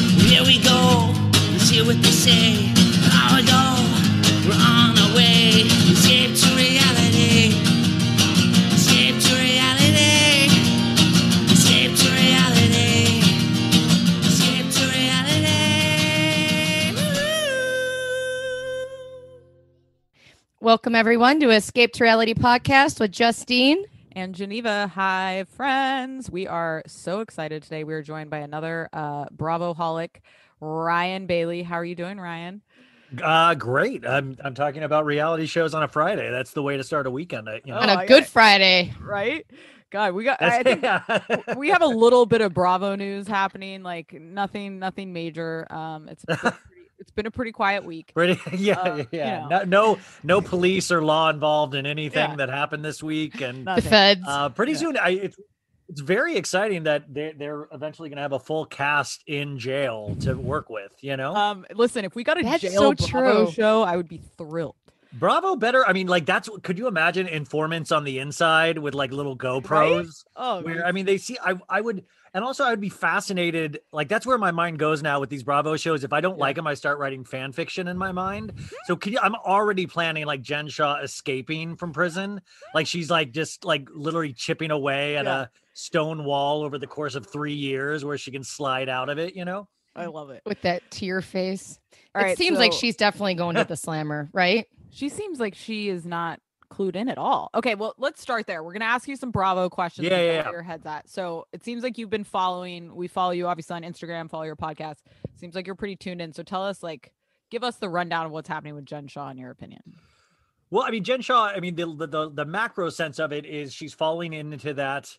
Here we go, let's hear what they say. An hour ago, we're on our way. Escape to reality. Escape to reality. Escape to reality. Escape to reality. Woo-hoo. Welcome everyone to Escape to Reality podcast with Justine. and Geneva. Hi, friends. We are so excited today. We are joined by another uh, Bravo holic, Ryan Bailey. How are you doing, Ryan? Uh great. I'm I'm talking about reality shows on a Friday. That's the way to start a weekend. I, you know. on Oh, a I good got it. Friday. Right? God, we got. I That's- think we have a little bit of Bravo news happening. Like nothing, nothing major. Um, it's been pretty, it's been a pretty quiet week. Pretty, yeah, Uh, yeah, you yeah. know. No, no, no police or law involved in anything Yeah. that happened this week, and The Nothing. feds. uh, pretty Yeah. soon, I it's it's very exciting that they they're eventually going to have a full cast in jail to work with. You know, Um, listen, if we got a That's so jail Bravo true. show, I would be thrilled. Bravo better. I mean, like that's could you imagine informants on the inside with like little GoPros? Oh, where I mean they see I I would and also I would be fascinated like that's where my mind goes now with these Bravo shows. If I don't Yeah. like them, I start writing fan fiction in my mind. So can you, I'm already planning like Jen Shaw escaping from prison, like she's like just like literally chipping away at Yeah. a stone wall over the course of three years where she can slide out of it. You know, I love it. with that tear face. All right, it seems like so- she's definitely going to the slammer, right? She seems like she is not clued in at all. Okay, well, let's start there. We're gonna ask you some Bravo questions. Yeah, and yeah, know yeah. Where your head's at. So it seems like you've been following. We follow you obviously on Instagram. Follow your podcast. Seems like you're pretty tuned in. So tell us, like, give us the rundown of what's happening with Jen Shaw in your opinion. Well, I mean, Jen Shaw, I mean, the, the, the, the macro sense of it is she's falling into that,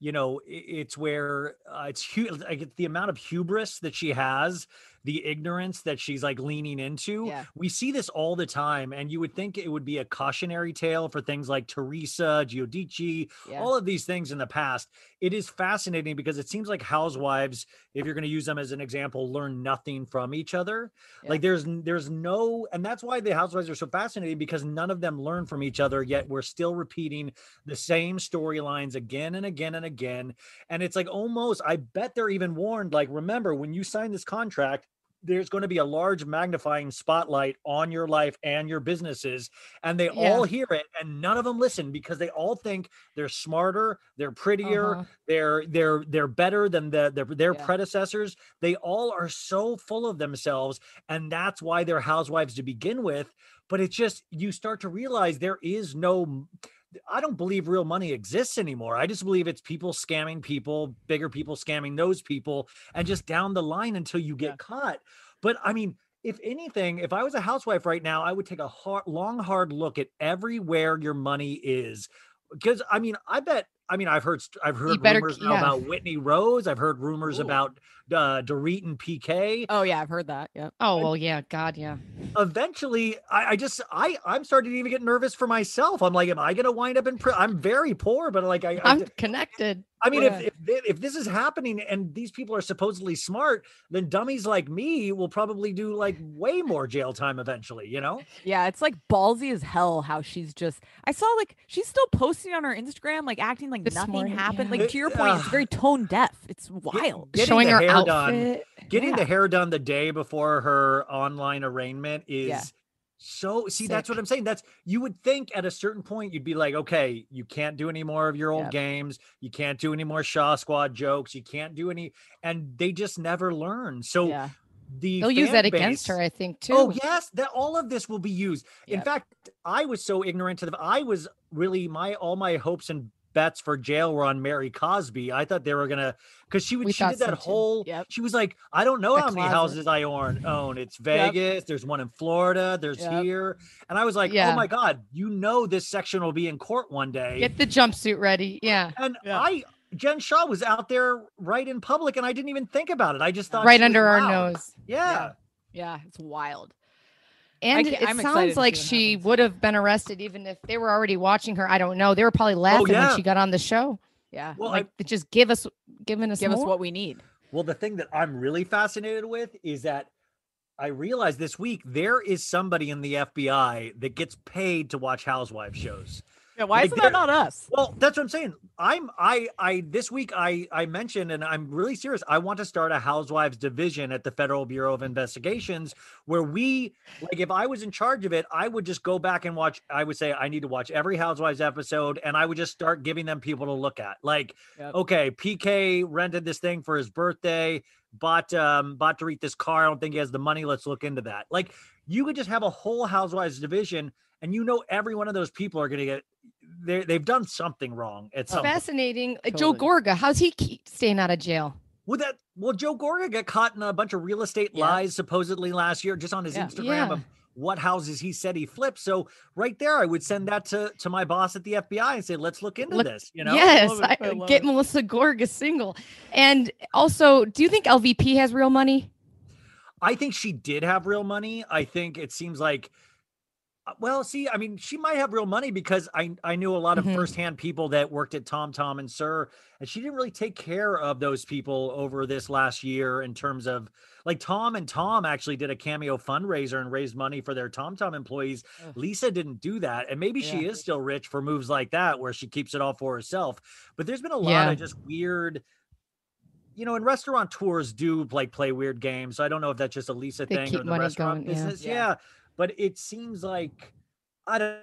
you know, i- it's where uh, it's huge, like it's the amount of hubris that she has, the ignorance that she's like leaning into. Yeah. We see this all the time. And you would think it would be a cautionary tale for things like Teresa, Giudice, Yeah. all of these things in the past. It is fascinating because it seems like housewives, if you're going to use them as an example, learn nothing from each other. Yeah. Like there's n- there's no, and that's why the housewives are so fascinating because none of them learn from each other. Yet we're still repeating the same storylines again and again and again. And it's like almost, I bet they're even warned. Like remember when you sign this contract. There's going to be a large magnifying spotlight on your life and your businesses, and they Yeah. all hear it, and none of them listen because they all think they're smarter they're prettier Uh-huh. they're they're they're better than the, their their Yeah. predecessors they all are so full of themselves and that's why they're housewives to begin with but it's just you start to realize there is no m- I don't believe real money exists anymore. I just believe it's people scamming people, bigger people scamming those people, and just down the line until you get Yeah. caught. But I mean, if anything, if I was a housewife right now, I would take a hard, long, hard look at everywhere your money is, because I mean, I bet. I mean, I've heard st- I've heard better rumors k- now yeah. about Whitney Rose. I've heard rumors Ooh. about uh, Dorit and PK. Oh yeah, I've heard that. Yep. Oh well, yeah, God, yeah. Eventually, I, I just I I'm starting to even get nervous for myself. I'm like, am I going to wind up in prison? I'm very poor, but like I I I'm d- connected. I mean, Yeah. if if, thi- if this is happening and these people are supposedly smart, then dummies like me will probably do like way more jail time eventually. You know? Yeah, it's like ballsy as hell how she's just I saw like she's still posting on her Instagram, like acting like This nothing morning, happened. yeah. Like to your point, it's Ugh. very tone deaf. It's Get- wild. getting Showing the her hair outfit. done, getting Yeah. the hair done the day before her online arraignment is. Yeah. So see, that's what Sick. I'm saying. That's you would think at a certain point you'd be like, okay, you can't do any more of your old Yep. games, you can't do any more Shaw Squad jokes, you can't do any, and they just never learn. So yeah. the They'll use fan that against base- her, I think, too. Oh yes, that all of this will be used. In Yep. fact, I was so ignorant to the. I was really my all my hopes and bets for jail were on Mary Cosby. I thought they were gonna because she would We she thought did that so, too. whole. Yep. She was like, I don't know The how many closet. houses I own. Own it's Vegas. There's one in Florida. There's Yep. here, and I was like, Yeah. oh my god, you know this section will be in court one day. Get the jumpsuit ready. Yeah. and Yeah. I Jen Shaw was out there right in public, and I didn't even think about it. I just thought Right she was under our loud. nose. Yeah. Yeah, it's wild. And ca- it I'm excited to sounds see like what she happens. would have been arrested even if they were already watching her. I don't know. They were probably laughing when yeah. she got on the show. Yeah. Well, I- like they just give us giving us Give us more. what we need. Well, the thing that I'm really fascinated with is that I realized this week there is somebody in the FBI that gets paid to watch housewife shows. Yeah, why Like, is that they're- not us? Well, that's what I'm saying. I'm I I this week I I mentioned and I'm really serious. I want to start a housewives division at the Federal Bureau of Investigations where we like if I was in charge of it, I would just go back and watch I would say I need to watch every housewives episode and I would just start giving them people to look at. Like Yep. okay, PK rented this thing for his birthday, bought um bought to this car. I don't think he has the money. Let's look into that. Like you could just have a whole housewives division and you know every one of those people are going to get they they've done something wrong at some point. Fascinating. Uh, Joe Totally. Gorga, how's he keep staying out of jail? Well, that well, Joe Gorga got caught in a bunch of real estate Yeah. lies supposedly last year, just on his Yeah. Instagram Yeah. of what houses he said he flipped. So right there, I would send that to to my boss at the FBI and say, "Let's look into Look- this." You know, yes, Love I, it. I love get it. Melissa Gorga single. And also, do you think LVP has real money? I think she did have real money. I think it seems like uh, well, see, I mean, she might have real money because I I knew a lot of Mm-hmm. Mhm. firsthand people that worked at Tom Tom and Sir, and she didn't really take care of those people over this last year in terms of like Tom and Tom actually did a cameo fundraiser and raised money for their Tom Tom employees. Ugh. Lisa didn't do that, and maybe she Yeah. is still rich for moves like that where she keeps it all for herself. But there's been a lot Yeah. of just weird you know, and restaurateurs do like play weird games. So I don't know if that's just a Lisa They thing keep or the money going, restaurant yeah. business. Yeah. Yeah. But it seems like I don't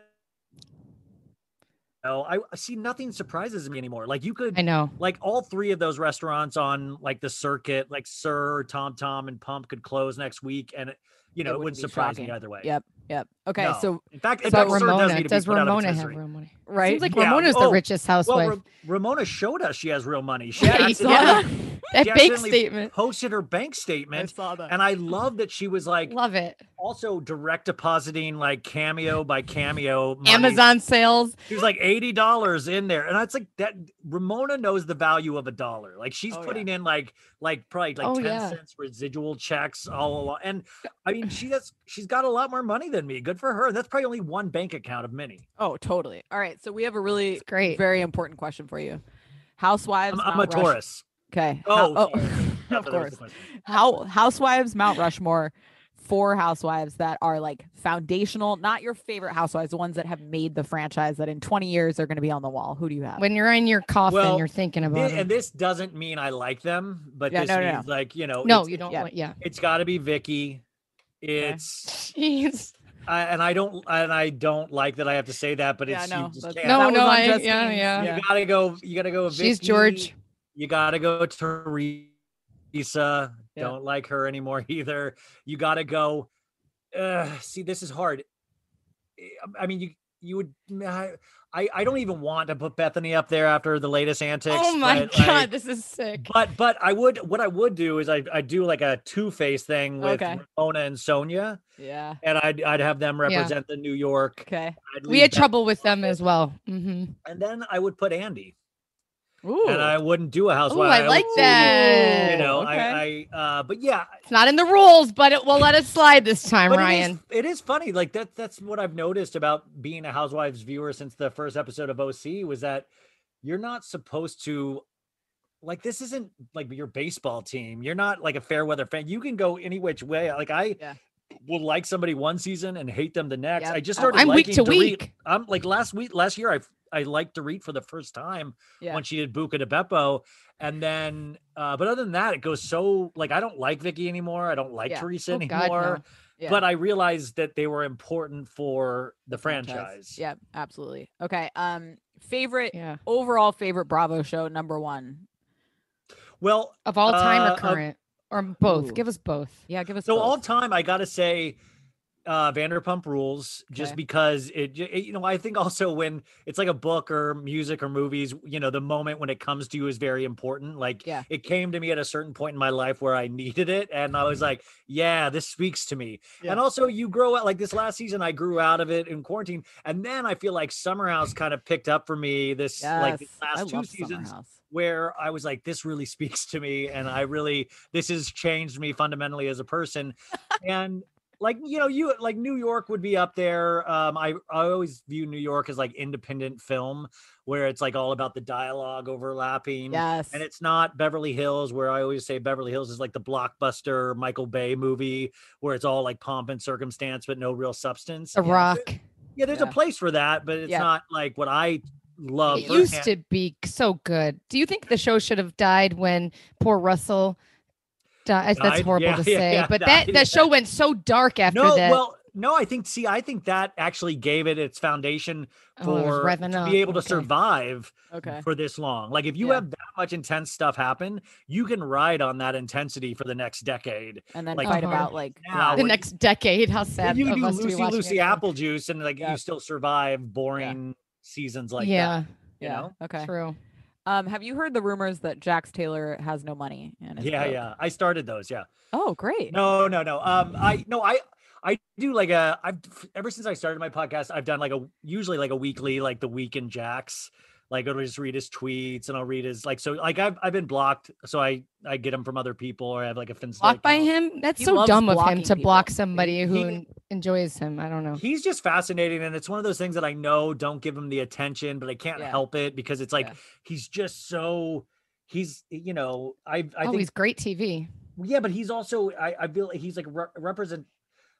know. I see nothing surprises me anymore. Like you could I know. like all three of those restaurants on like the circuit, like Sir, Tom Tom, and Pump could close next week. And it- you know, it, wouldn't wouldn't be surprise me shocking. either way. Yep. Yep. Okay. No. So In fact, in But fact Sir Ramona, does need to does be put out of its Ramona have misery. real money? right. Seems like Yeah. Ramona's the Oh, richest Well, housewife. Ra- Ramona showed us she has real money. She Yeah, you actually saw Yeah. that she bank accidentally statement. posted her bank I statement saw that. And I love that she was like Love it. also direct depositing like cameo by cameo. money. Amazon sales. She was like eighty dollars in there, and that's like that. Ramona knows the value of a dollar. Like she's Oh, yeah. putting in like like probably like Oh, ten yeah. cents residual checks all along. And I mean, she does. She's got a lot more money than me. Good for her. That's probably only one bank account of many. oh, totally. All right. So we have a really It's great. very important question for you. Housewives. I'm, I'm a Mount Rush- Taurus. Okay. Oh, How- sorry. I of thought that was the course. question. How Housewives Mount Rushmore. Four housewives that are like foundational, not your favorite housewives, the ones that have made the franchise that in 20 years are going to be on the wall. Who do you have? When you're in your coffin, Well, you're thinking Thi- about and it. this doesn't mean I like them, but Yeah, this no, no, no. means like you know, No, it's- you don't yeah. want. Yeah. it's got to be Vicky. It's Jeez. I, and I don't and I don't like that I have to say that, but yeah, it's you no, just that's- can't. No, that was no, on I- yeah, Justine's. yeah. You gotta go. You gotta go. She's Vicky, George. You gotta go Teresa. Yeah. Don't like her anymore either. You gotta go. Uh, see, this is hard. Eh, I mean, you you would. I I don't even want to put Bethany up there after the latest antics. Oh my but, god, like, this is sick. but but I would what I would do is I I do like a two face thing with Okay. Ramona and Sonia, Yeah. and I'd I'd have them represent the New York. Okay. I'd We leave had that- trouble with them as well. hmm and then I would put Andy, Ooh. and I wouldn't do a Oh, housewife. I like would do, that. You know, okay. I, I uh, but yeah, It's not in the rules, but it will let it slide this time, but Ryan. It, is, it is funny. Like that. That's what I've noticed about being a Housewives viewer since the first episode of OC was that you're not supposed to. Like this isn't like your baseball team. You're not like a fair weather fan. You can go any which way. Like I Yeah. will like somebody one season and hate them the next. Yep. I just Oh, started. I'm week liking to Dorit. week. I'm like last week, last year, I I liked Dorit for the first time Yeah. when she did Buca de Beppo, and then uh, but other than that, it goes so like I don't like Vicky anymore. I don't like Yeah. Teresa Oh, God, no. anymore. Yeah. But I realized that they were important for the franchise. Yep, absolutely. Okay. Um, favorite Yeah. overall favorite Bravo show number one. Well, Of all time Uh, or of- current or both. Ooh. Give us both. Yeah, give us so both. all time, I gotta say. Uh, Vanderpump Rules, just Okay. because it, j- it- you know, I think also when it's like a book or music or movies, you know, the moment when it comes to you is very important. Like, Yeah. it came to me at a certain point in my life where I needed it, and I was like, yeah, this speaks to me. Yeah. And also, you grow out like this last season, I grew out of it in quarantine, and then I feel like Summer House kind of picked up for me this like these Yes, I last two love seasons. Summer House. where I was like, this really speaks to me. And I really, this has changed me fundamentally as a person. and like, you know, you like New York would be up there. Um, I, I always view New York as like independent film where it's like all about the dialogue overlapping. Yes. And it's not Beverly Hills, where I always say Beverly Hills is like the blockbuster Michael Bay movie where it's all like pomp and circumstance, but no real substance. The Yeah. Rock. yeah, there's Yeah. a place for that, but it's Yeah. not like what I love. it used firsthand. to be so good. Do you think the show should have died when poor Russell died? That's Died? horrible Yeah, to yeah, say, yeah, but died. that that show went so dark after no, that. well, no, I think. See, I think that actually gave it its foundation Oh, it was for revving to up. be able to Okay. survive Okay. for this long. Like if you Yeah. have that much intense stuff happen, you can ride on that intensity for the next decade. And then Like, fight uh-huh. about like Now loud- The when- next decade, how But sad you of do us to be Lucy watching Lucy it. Apple Juice and like Yeah. you still survive boring seasons like that. yeah, you yeah. know? Okay. true. Um, have you heard the rumors that Jax Taylor has no money? And is Yeah, broke? yeah. I started those. Yeah. Oh, great. No, no, no. Um, I no, I I do like a I've ever since I started my podcast, I've done like a usually like a weekly, like the week in Jack's. Like I'll just read his tweets and I'll read his like so like I've I've been blocked, so I I get them from other people or I have like oh. a Finsta. Blocked by account. him. That's He so loves dumb of him blocking to people. block somebody who he- enjoys him. I don't know. He's just fascinating, and it's one of those things that I know don't give him the attention, but I can't Yeah. help it because it's like Yeah. he's just so he's you know I I oh, think he's great TV. yeah, but he's also I, I feel like he's like re- represent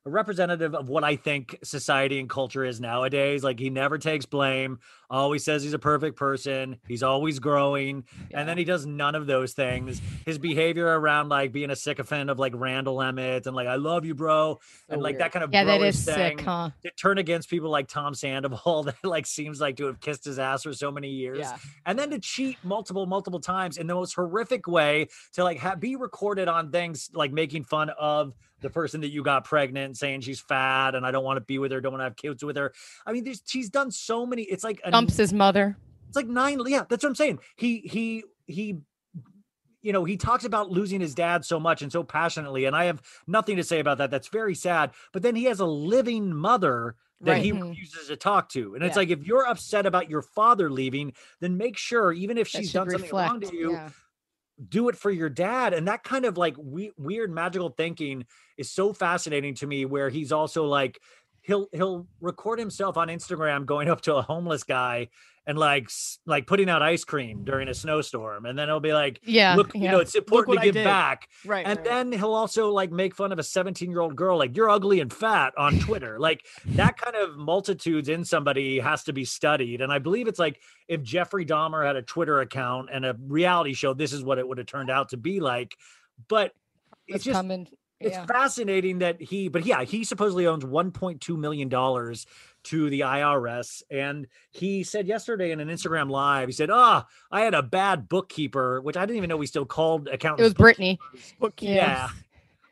a representative of what I think society and culture is nowadays. Like he never takes blame, always says he's a perfect person, he's always growing, and then he does none of those things. His behavior around like being a sycophant of like Randall Emmett and like I love you, bro, and like that kind of Yeah, that bro-ish is thing sick, huh? to turn against people like Tom Sandoval that like seems like to have kissed his ass for so many years Yeah. and then to cheat multiple multiple times in the most horrific way to like ha- be recorded on things like making fun of the person that you got pregnant and saying she's fat and I don't want to be with her, don't want to have kids with her. I mean, there's, she's done so many. It's like a- Dumps his mother. it's like nine. Yeah, that's what I'm saying. He he he. You know, he talks about losing his dad so much and so passionately, and I have nothing to say about that. That's very sad. But then he has a living mother that Right. he Mhm. refuses to talk to, and it's Yeah. like if you're upset about your father leaving, then make sure, even if That she's should done something wrong reflect. to you, Yeah. do it for your dad and that kind of like we- weird magical thinking is so fascinating to me where he's also like he'll he'll record himself on instagram going up to a homeless guy and like s- like putting out ice cream during a snowstorm and then he'll be like Yeah. look you yeah. know it's important what to I give did." back Right. and right. then he'll also like make fun of a 17 year old girl like you're ugly and fat on twitter like that kind of multitudes in somebody has to be studied and i believe it's like if jeffrey dahmer had a twitter account and a reality show this is what it would have turned out to be like but it's It's just coming. it's Yeah. fascinating that he but yeah he supposedly owns 1.2 million dollars to the irs and he said yesterday in an instagram live he said ah i had a bad bookkeeper which i didn't even know we still called accountants It was Brittany. bookkeepers. yeah. yeah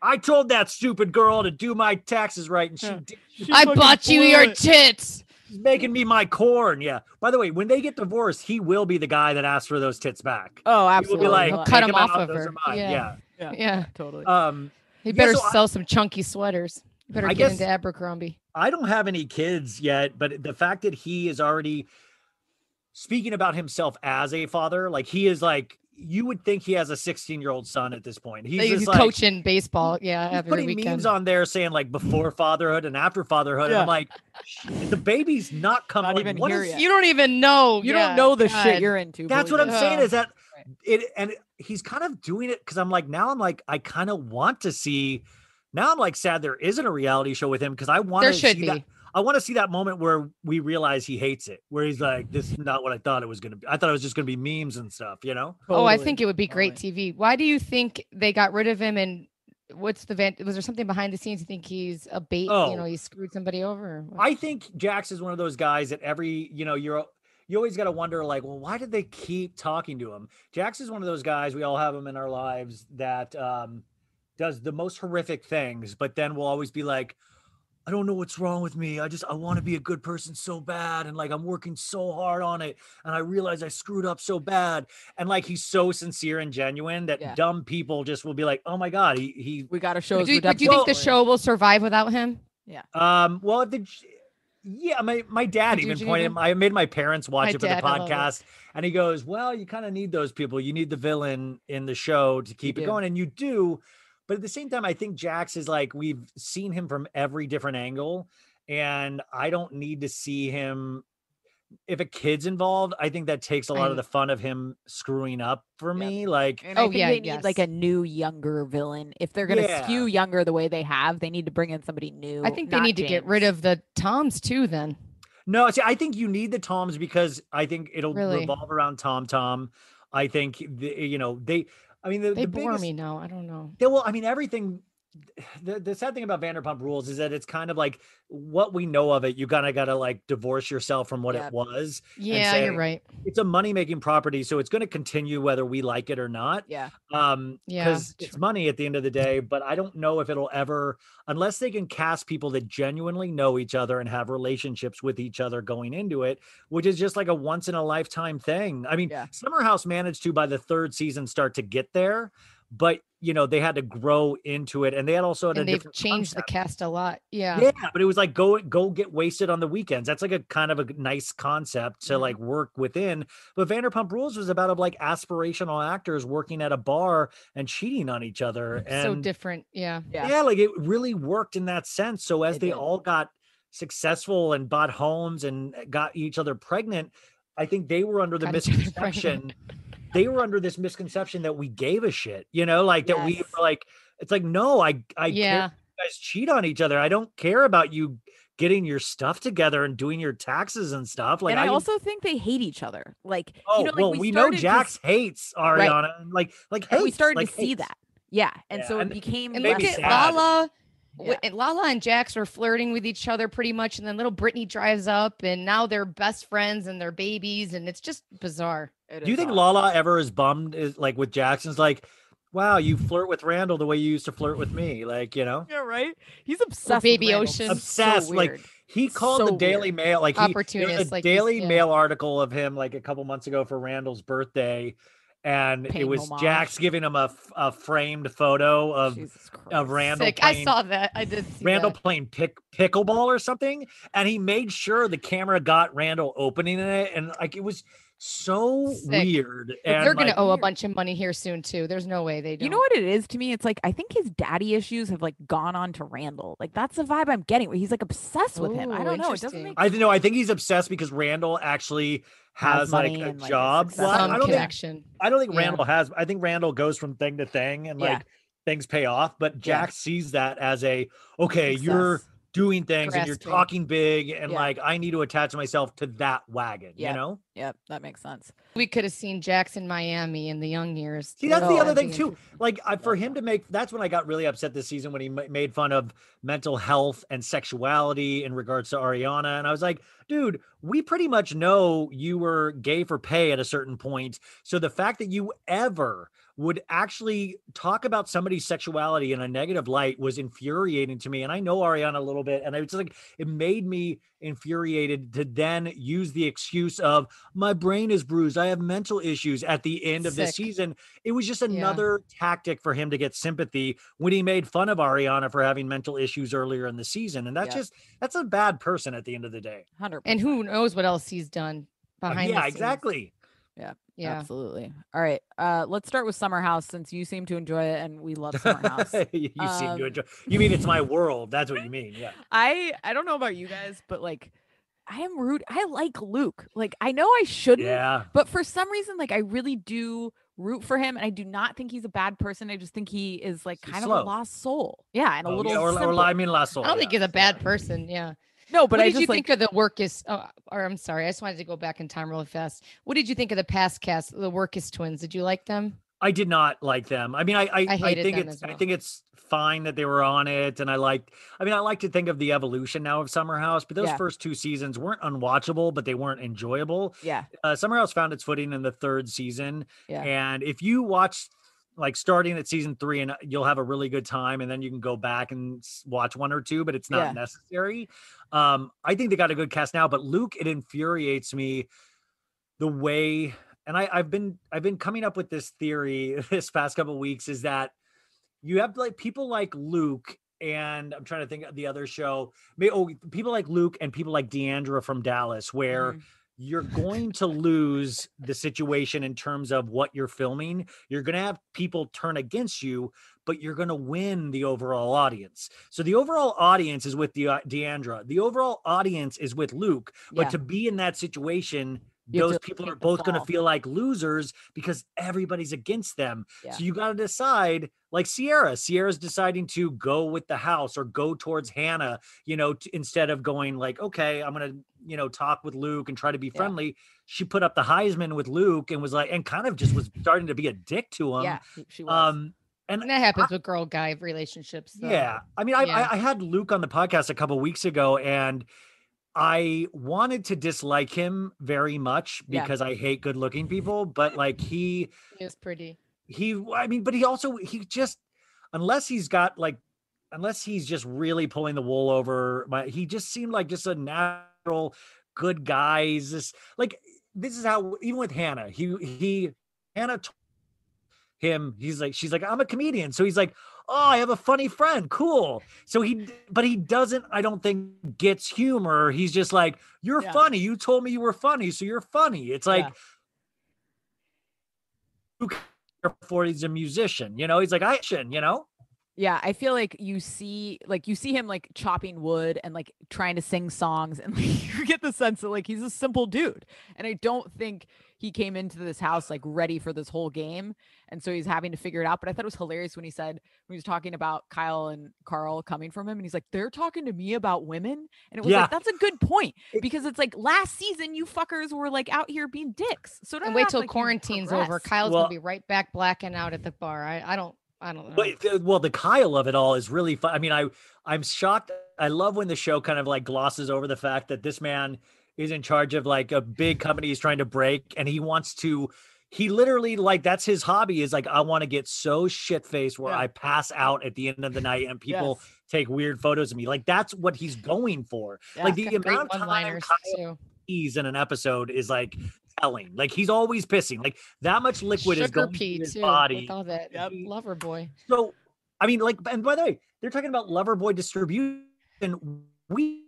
I told that stupid girl to do my taxes right, and she Yeah. did. I bought you your tits. She's making me my corn. Yeah. By the way, when they get divorced, he will be the guy that asks for those tits back. oh, He will absolutely. be like, He'll "Take cut 'em 'em off out, of those her." are mine." Yeah. Yeah. yeah, Yeah. totally. Um, He Yeah, better so I- sell some chunky sweaters. You better I get guess- into Abercrombie. I don't have any kids yet, but the fact that he is already speaking about himself as a father, like he is like you would think he has a 16 year old son at this point. He's, He's, just like, coaching baseball. Yeah. he's every putting weekend. memes on there saying like before fatherhood and after fatherhood. And Yeah. I'm like, "Sh- the baby's not coming. Not like, even what here is- yet. You don't even know. Oh, you Yeah, don't know the God. shit you're into. That's what believe I'm me. saying Yeah. is that Right. it and it- he's kind of doing it because I'm like now I'm like I kind of want to see now I'm like sad there isn't a reality show with him because I want There to should see be. that I want to see that moment where we realize he hates it where he's like this is not what I thought it was gonna be I thought it was just gonna be memes and stuff you know Oh, I Totally. think it would be great TV. Why do you think they got rid of him? And what's the van? Was there something behind the scenes? You think he's a bait? You know, Oh. he screwed somebody over. or what? I think Jax is one of those guys that every you know you're you always got to wonder like well why did they keep talking to him Jax is one of those guys we all have him in our lives that um does the most horrific things but then will always be like I don't know what's wrong with me I just I want to be a good person so bad and like I'm working so hard on it and I realize I screwed up so bad and like he's so sincere and genuine that Yeah. dumb people just will be like oh my god he he we got to show. But his do, but do you redemption think the story. show will survive without him? Um, well, the j- yeah, my my dad Did you- even did you pointed. do- I made my parents watch My it for the dad, I love it. podcast, and he goes, "Well, you kind of need those people. You need the villain in the show to keep it do. going, and you do." But at the same time, I think Jax is like we've seen him from every different angle, and I don't need to see him. If a kid's involved, I think that takes a lot I'm- of the fun of him screwing up for Yep. me. Like, And I Oh, think yeah, they need like yes. a new, younger villain. If they're gonna Yeah. skew younger the way they have, they need to bring in somebody new. I think they not need to get rid James. of the Toms too. Then No, see, I think you need the Toms because I think it'll Really? revolve around Tom Tom. I think the, you know they. I mean, the, They the bore biggest, me now. I don't know. Yeah, well, I mean, everything. The, the sad thing about Vanderpump Rules is that it's kind of like what we know of it. You kind of got to like divorce yourself from what Yep. it was. Yeah, say- you're right. It's a money making property, so it's going to continue whether we like it or not. Yeah. Um, Yeah, because it's money at the end of the day. But I don't know if it'll ever, unless they can cast people that genuinely know each other and have relationships with each other going into it, which is just like a once in a lifetime thing. I mean, Yeah. Summer House managed to by the third season start to get there, but you know they had to grow into it, and they had also had And a they've different changed the concept. cast a lot. Yeah. Yeah, but it was like go go get wasted on the weekends. That's like a kind of a nice concept to Mhm. like work within. But Vanderpump Rules was about of like aspirational actors working at a bar and cheating on each other. And so different. Yeah. Yeah. yeah. like it really worked in that sense. So as It they did. all got successful and bought homes and eh, got each other pregnant, I think they were under the Got each other pregnant. misconception. they were under this misconception that we gave a shit, you know, like that we Yes. were like, it's like, no, I I care yeah. guys cheat on each other. I don't care about you getting your stuff together and doing your taxes and stuff. Like and I, I, also think they hate each other. Like, oh you know, like well, we, we, know started to Jax s- hates Right. Ariana, and like like and we hates, started like, to see hates. that. Yeah, and Yeah, so it and- became And look Maybe less- at sad. Lala. w- Yeah. And Lala and Jax were flirting with each other pretty much, and then little Brittany drives up, and now they're best friends and they're babies, and it's just bizarre. It Do you is think odd. Lala ever is bummed? Is like with Jackson's like, wow, you flirt with Randall the way you used to flirt with me. Like you know, Yeah, right. He's obsessed. with Baby Randall. Ocean. So Obsessed, like, weird. he called so the Daily weird. Mail like he, There's Opportunist, a like he's- Daily yeah. Mail article of him like a couple months ago for Randall's birthday, and Paying it was homage. Jax giving him a f- a framed photo of Jesus Christ. of Randall Sick. I playing- saw that. I did see Randall that. playing pick pickleball or something, and he made sure the camera got Randall opening it, and like it was so Sick. weird. And They're like, gonna owe a weird. bunch of money here soon too. There's no way they don't. You know what it is to me? It's like I think his daddy issues have like gone on to Randall. Like that's the vibe I'm getting. Where he's like obsessed with him. I Ooh, don't know. It doesn't interesting. make. I know. I think he's obsessed because Randall actually Has has like money a and, like, a job. Well, success. I- Some I don't think connection. I don't think Yeah. Randall has. I think Randall goes from thing to thing, and Yeah. like things pay off. But Yeah. Jack sees that as a okay, success. you're doing things and you're Grasping. talking big, and Yeah. like I need to attach myself to that wagon. Yeah. You know. Yep, that makes sense. We could have seen Jackson Miami in the young years. See, that's Oh, the other that'd thing be too. Like I, for Love him to make that's when I got really upset this season when he ma- made fun of mental health and sexuality in regards to Ariana, and I was like, dude, we pretty much know you were gay for pay at a certain point. So the fact that you ever would actually talk about somebody's sexuality in a negative light was infuriating to me. And I know Ariana a little bit, and I was just like, it made me infuriated to then use the excuse of my brain is bruised, I have mental issues at the end of this Sick. season. It was just Yeah. another tactic for him to get sympathy when he made fun of Ariana for having mental issues earlier in the season. And that's Yep. just that's a bad person at the end of the day. Hundred. And who knows what else he's done Like, behind the Uh, yeah, scenes. exactly. Yeah. Absolutely. All right. Uh, let's start with Summer House since you seem to enjoy it and we love Summer House. you seem Um, to enjoy. You mean it's my world? That's what you mean. Yeah. I I don't know about you guys, but like I am rude. I like Luke. Like I know I shouldn't, Yeah. but for some reason, like I really do root for him, and I do not think he's a bad person. I just think he is like He's kind of a slow. lost soul. Yeah, and a Oh, little yeah, or, or simple. I mean last I don't think he's a bad person. Yeah. no, what but I did just you like think of the work is? Oh, or I'm sorry, I just wanted to go back in time really fast. What did you think of the past cast, the Workus twins? Did you like them? I did not like them. I mean, I I, I, hated think them it's as I well. think it's fine that they were on it, and I liked. I mean, I like to think of the evolution now of Summer House, but those Yeah. first two seasons weren't unwatchable, but they weren't enjoyable. yeah, Uh, Summer House found its footing in the third season, Yeah. and if you watch like starting at season three, and uh, you'll have a really good time, and then you can go back and s- watch one or two, but it's not Yeah. necessary. Um, I think they got a good cast now, but Luke, it infuriates me the way and I, I've been I've been coming up with this theory this past couple weeks is that you have like people like Luke and I'm trying to think of the other show. May oh people like Luke and people like Deandra from Dallas, where Mhm. you're going to lose the situation in terms of what you're filming. You're gonna have people turn against you, but you're gonna win the overall audience. So the overall audience is with the Deandra. The overall audience is with Luke. But yeah. to be in that situation, You have those to people pick are the both going to fall. feel like losers because everybody's against them. Yeah. So you got to decide, like Sierra. Sierra's deciding to go with the house or go towards Hannah, you know, t- instead of going like, okay, I'm going to you know, talk with Luke and try to be friendly, she put up the Heisman with Luke and was like, and kind of just was starting to be a dick to him. yeah, she- she was. Um, And that happens with girl guy relationships. though. yeah. I mean, I, yeah. I I had Luke on the podcast a couple weeks ago and I wanted to dislike him very much Yeah. because I hate good looking people, but like he It was pretty. he I mean, but he also he just unless he's got like unless he's just really pulling the wool over my he just seemed like just a natural good guy. He's just like this is how even with Hannah, he he Hannah told him, he's like, she's like, I'm a comedian. So he's like, Oh, I have a funny friend. Cool. So he but he doesn't, I don't think, gets humor. He's just like, You're Yeah. funny. You told me you were funny, so you're funny. It's like before he's a musician, you know, he's like, I should, you know? Yeah, I feel like you see like you see him like chopping wood and like trying to sing songs and like you get the sense that like he's a simple dude. And I don't think he came into this house like ready for this whole game. And so he's having to figure it out. But I thought it was hilarious when he said when he was talking about Kyle and Carl coming from him and he's like, They're talking to me about women. And it was Yeah. like that's a good point. It- Because it's like last season you fuckers were like out here being dicks. So don't And wait act till like you've quarantine's over. progressed. Kyle's Well- gonna be right back blacking out at the bar. I, I don't I don't know. But the- well, the Kyle of it all is really fun. I mean, I I'm shocked. I love when the show kind of like glosses over the fact that this man is in charge of like a big company he's trying to break, and he wants to. He literally like that's his hobby is like I want to get so shit faced where Yeah. I pass out at the end of the night and people Yes. take weird photos of me. Like that's what he's going for. Yeah. Like the amount of time one-liners Kyle too. pees in an episode is like telling. Like he's always pissing. Like that much liquid is Sugar going pea through his too. body. With all that Yep. lover boy. So, I mean, like, and by the way, they're talking about Loverboy distribution. We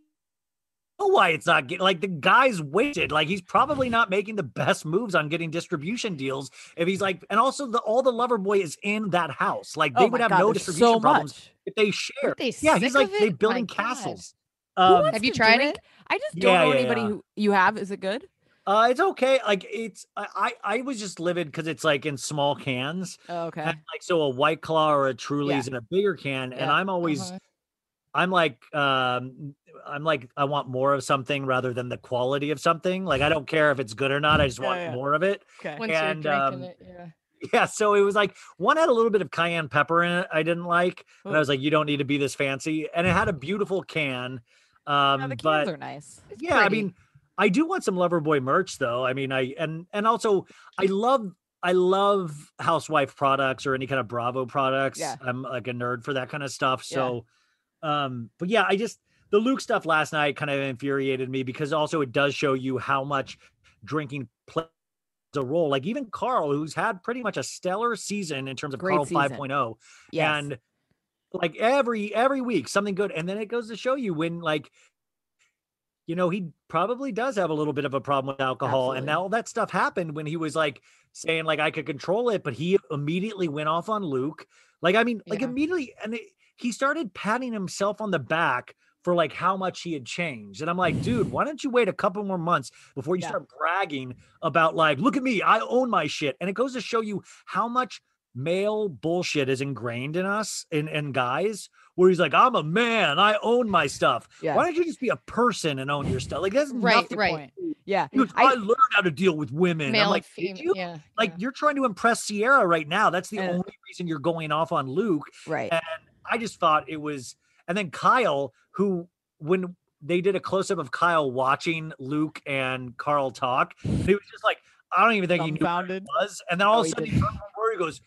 know why it's not getting like the guy's wasted. Like he's probably not making the best moves on getting distribution deals if he's like, and also the all the Loverboy is in that house. Like they Oh would my have God, no there's distribution so problems much. if they share. Aren't they yeah, sick he's like of they it? building My God. castles. Who Um, wants Have you to tried drink? I just don't Yeah, know yeah, anybody yeah. who you have. Is it good? uh, it's okay. Like it's, I, I I was just livid because it's like in small cans, Oh, okay. and, like so a white claw or a Truly's in a bigger can, and Yeah. I'm always Uh-huh. I'm like, um, I'm like, I want more of something rather than the quality of something. Like, I don't care if it's good or not. I just Yeah, want yeah. more of it. Okay. Once and, you're drinking um, it, yeah. Yeah. So it was like one had a little bit of cayenne pepper in it. I didn't like, and I Ooh. was like, you don't need to be this fancy. And it had a beautiful can. Um, Yeah, the cans but are nice. yeah, I mean, I do want some Loverboy merch though. I mean, I and and also I love I love housewife products or any kind of Bravo products. Yeah. I'm like a nerd for that kind of stuff. Yeah. So um but yeah, I just the Luke stuff last night kind of infuriated me because also it does show you how much drinking plays a role. Like even Carl, who's had pretty much a stellar season in terms of Great Carl oh, season. 5.0 Yes. and like every every week something good and then it goes to show you when like you know he probably does have a little bit of a problem with alcohol and Absolutely. now all that stuff happened when he was like saying like I could control it but he immediately went off on Luke like I mean like Yeah. immediately and it, he started patting himself on the back for like how much he had changed and I'm like dude why don't you wait a couple more months before you Yeah. start bragging about like look at me I own my shit and it goes to show you how much male bullshit is ingrained in us in and guys where he's like i'm a man i own my stuff yeah. why don't you just be a person and own your stuff like that's Right, nothing right. Yeah. Dude, I, I, learned how to deal with women i'm Male like and "Did female. you? Yeah. like yeah. you're trying to impress sierra right now that's the Yeah. only reason you're going off on luke right. i just thought it was and then kyle who when they did a close-up of kyle watching luke and carl talk he was just like i don't even think he knew Dumbfounded. was, and then all No, of a he sudden, he didn't. turns over and he goes,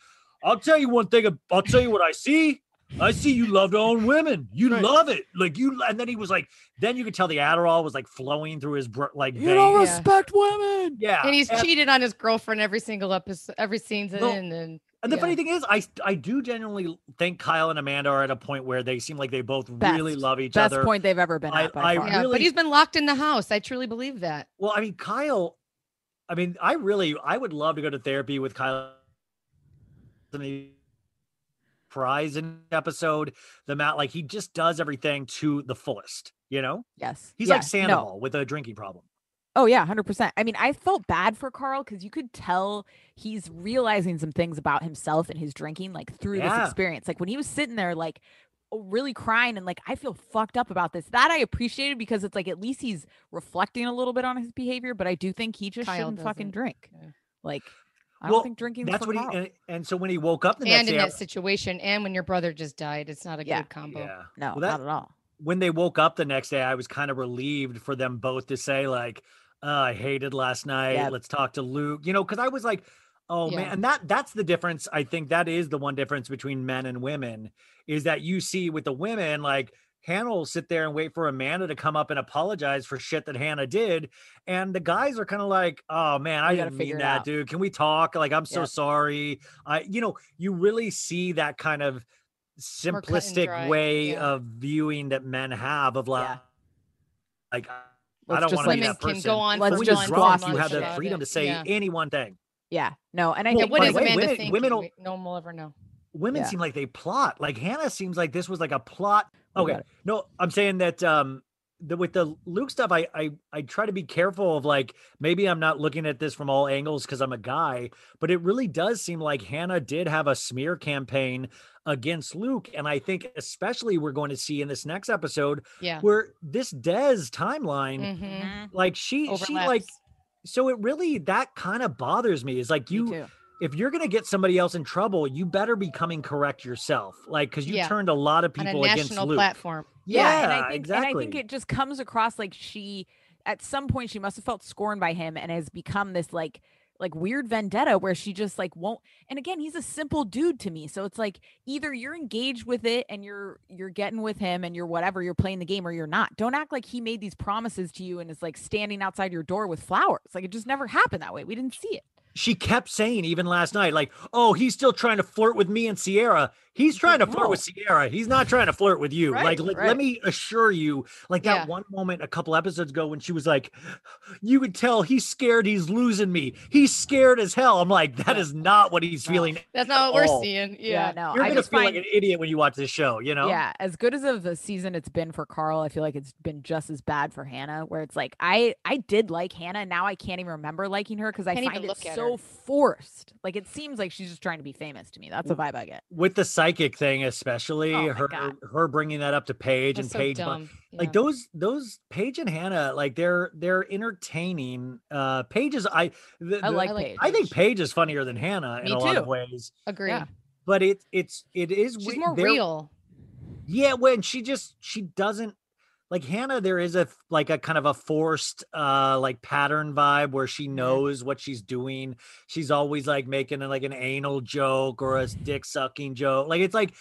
"I'll tell you one thing. ab- I'll tell you what I see. I see you love to own women. You Right. love it, like you." And then he was like, "Then you could tell the Adderall was like flowing through his br- like You don't Yeah. veins." respect women. Yeah, and he's and, cheated on his girlfriend every single episode, every season, Well, and and the yeah. funny thing is, I I do genuinely think Kyle and Amanda are at a point where they seem like they both really Best- love each Best other. point they've ever been I- at by I far. yeah, really- but he's been locked in the house. I truly believe that. Well, I mean, Kyle, I mean, I really, I would love to go to therapy with Kyle. The prize in episode, the Matt, like he just does everything to the fullest. You know, Yes. he's yeah, like Sandoval with a drinking problem. No. Oh yeah, hundred percent. I mean, I felt bad for Carl because you could tell he's realizing some things about himself and his drinking, like through Yeah. this experience. Like when he was sitting there, like really crying and like I feel fucked up about this. That I appreciated because it's like at least he's reflecting a little bit on his behavior, but I do think he just Kyle shouldn't fucking doesn't. drink. Yeah. Like I Well, don't think drinking That's for what he eh, Kyle. and, and so when he woke up the and next in day, I- that situation, and when your brother just died, it's not a Yeah. good combo. yeah. no, well, that- not at all. When they woke up the next day, I was kind of relieved for them both to say like, uh, "I hated last night. Yeah. Let's talk to Luke." You know, because I was like, "Oh man," Yeah. and that that's the difference. I think that is the one difference between men and women is that you see with the women like. Hannah will sit there and wait for Amanda to come up and apologize for shit that Hannah did. And the guys are kind of like, oh man, I We gotta didn't figure mean it that, out." dude. Can we talk? Like, I'm so Yep. sorry. I, you know, you really see that kind of More cut and simplistic dry, way yeah. of viewing that men have of like, Yeah. like Let's don't just wanna like be Women that can person. go on Let's for when months just you're and squash, drunk, you months have about that it. freedom to say Yeah. any one thing. yeah, no, and I Yeah, think what by is the way, Amanda women- thinking? women will- We- no one will ever know. Women Yeah. seem like they plot. Like Hannah seems like this was like a plot. What Okay, about no, I'm saying that um, the, with the Luke stuff, I I I try to be careful of like maybe I'm not looking at this from all angles because I'm a guy, but it really does seem like Hannah did have a smear campaign against Luke, and I think especially we're going to see in this next episode Yeah. where this Dez timeline. Mhm. like she she like Overlaps. so it really that kind of bothers me is like Me you too. if you're going to get somebody else in trouble you better be coming correct yourself like because you Yeah. turned a lot of on a people against national luke platform. yeah, and I think, exactly And I think it just comes across like she, at some point, she must have felt scorned by him and has become this like, like weird vendetta where she just like won't. And again, he's a simple dude to me, so it's like either you're engaged with it and you're you're getting with him and you're whatever you're playing the game or you're not. Don't act like he made these promises to you and is like standing outside your door with flowers. Like it just never happened that way. We didn't see it. she kept saying even last night like oh he's still trying to flirt with me and sierra he's trying to flirt with sierra he's not trying to flirt with you Right, like let, let right. me assure you like that Yeah. one moment a couple episodes ago when she was like you could tell he's scared he's losing me he's scared as hell i'm like that Yeah. is not what he's No. feeling That's not what all. we're seeing. Yeah. no, You're I gonna just feel find like an idiot when you watch this show, you know? Yeah, as good as of the season it's been for Carl, I feel like it's been just as bad for Hannah. Where it's like I I did like Hannah, now I can't even remember liking her because I Can't even find it look at so her. forced. Like it seems like she's just trying to be famous to me. That's the vibe I get. With the psychic thing, especially Oh my her God. her bringing that up to Paige That's and so Paige, bu- dumb. like Yeah. those those Paige and Hannah, like they're they're entertaining. Uh Paige is I the, I the- like, I like Paige. I think Paige is funnier than Hannah in Me a lot of too. ways, agree. yeah. but it it's it is She's we- more they're- real. Yeah, when she just she doesn't like Hannah, there is a f- like a kind of a forced uh like pattern vibe where Mm-hmm. she knows what she's doing. She's always like making like an anal joke or a s- dick sucking joke. Like it's like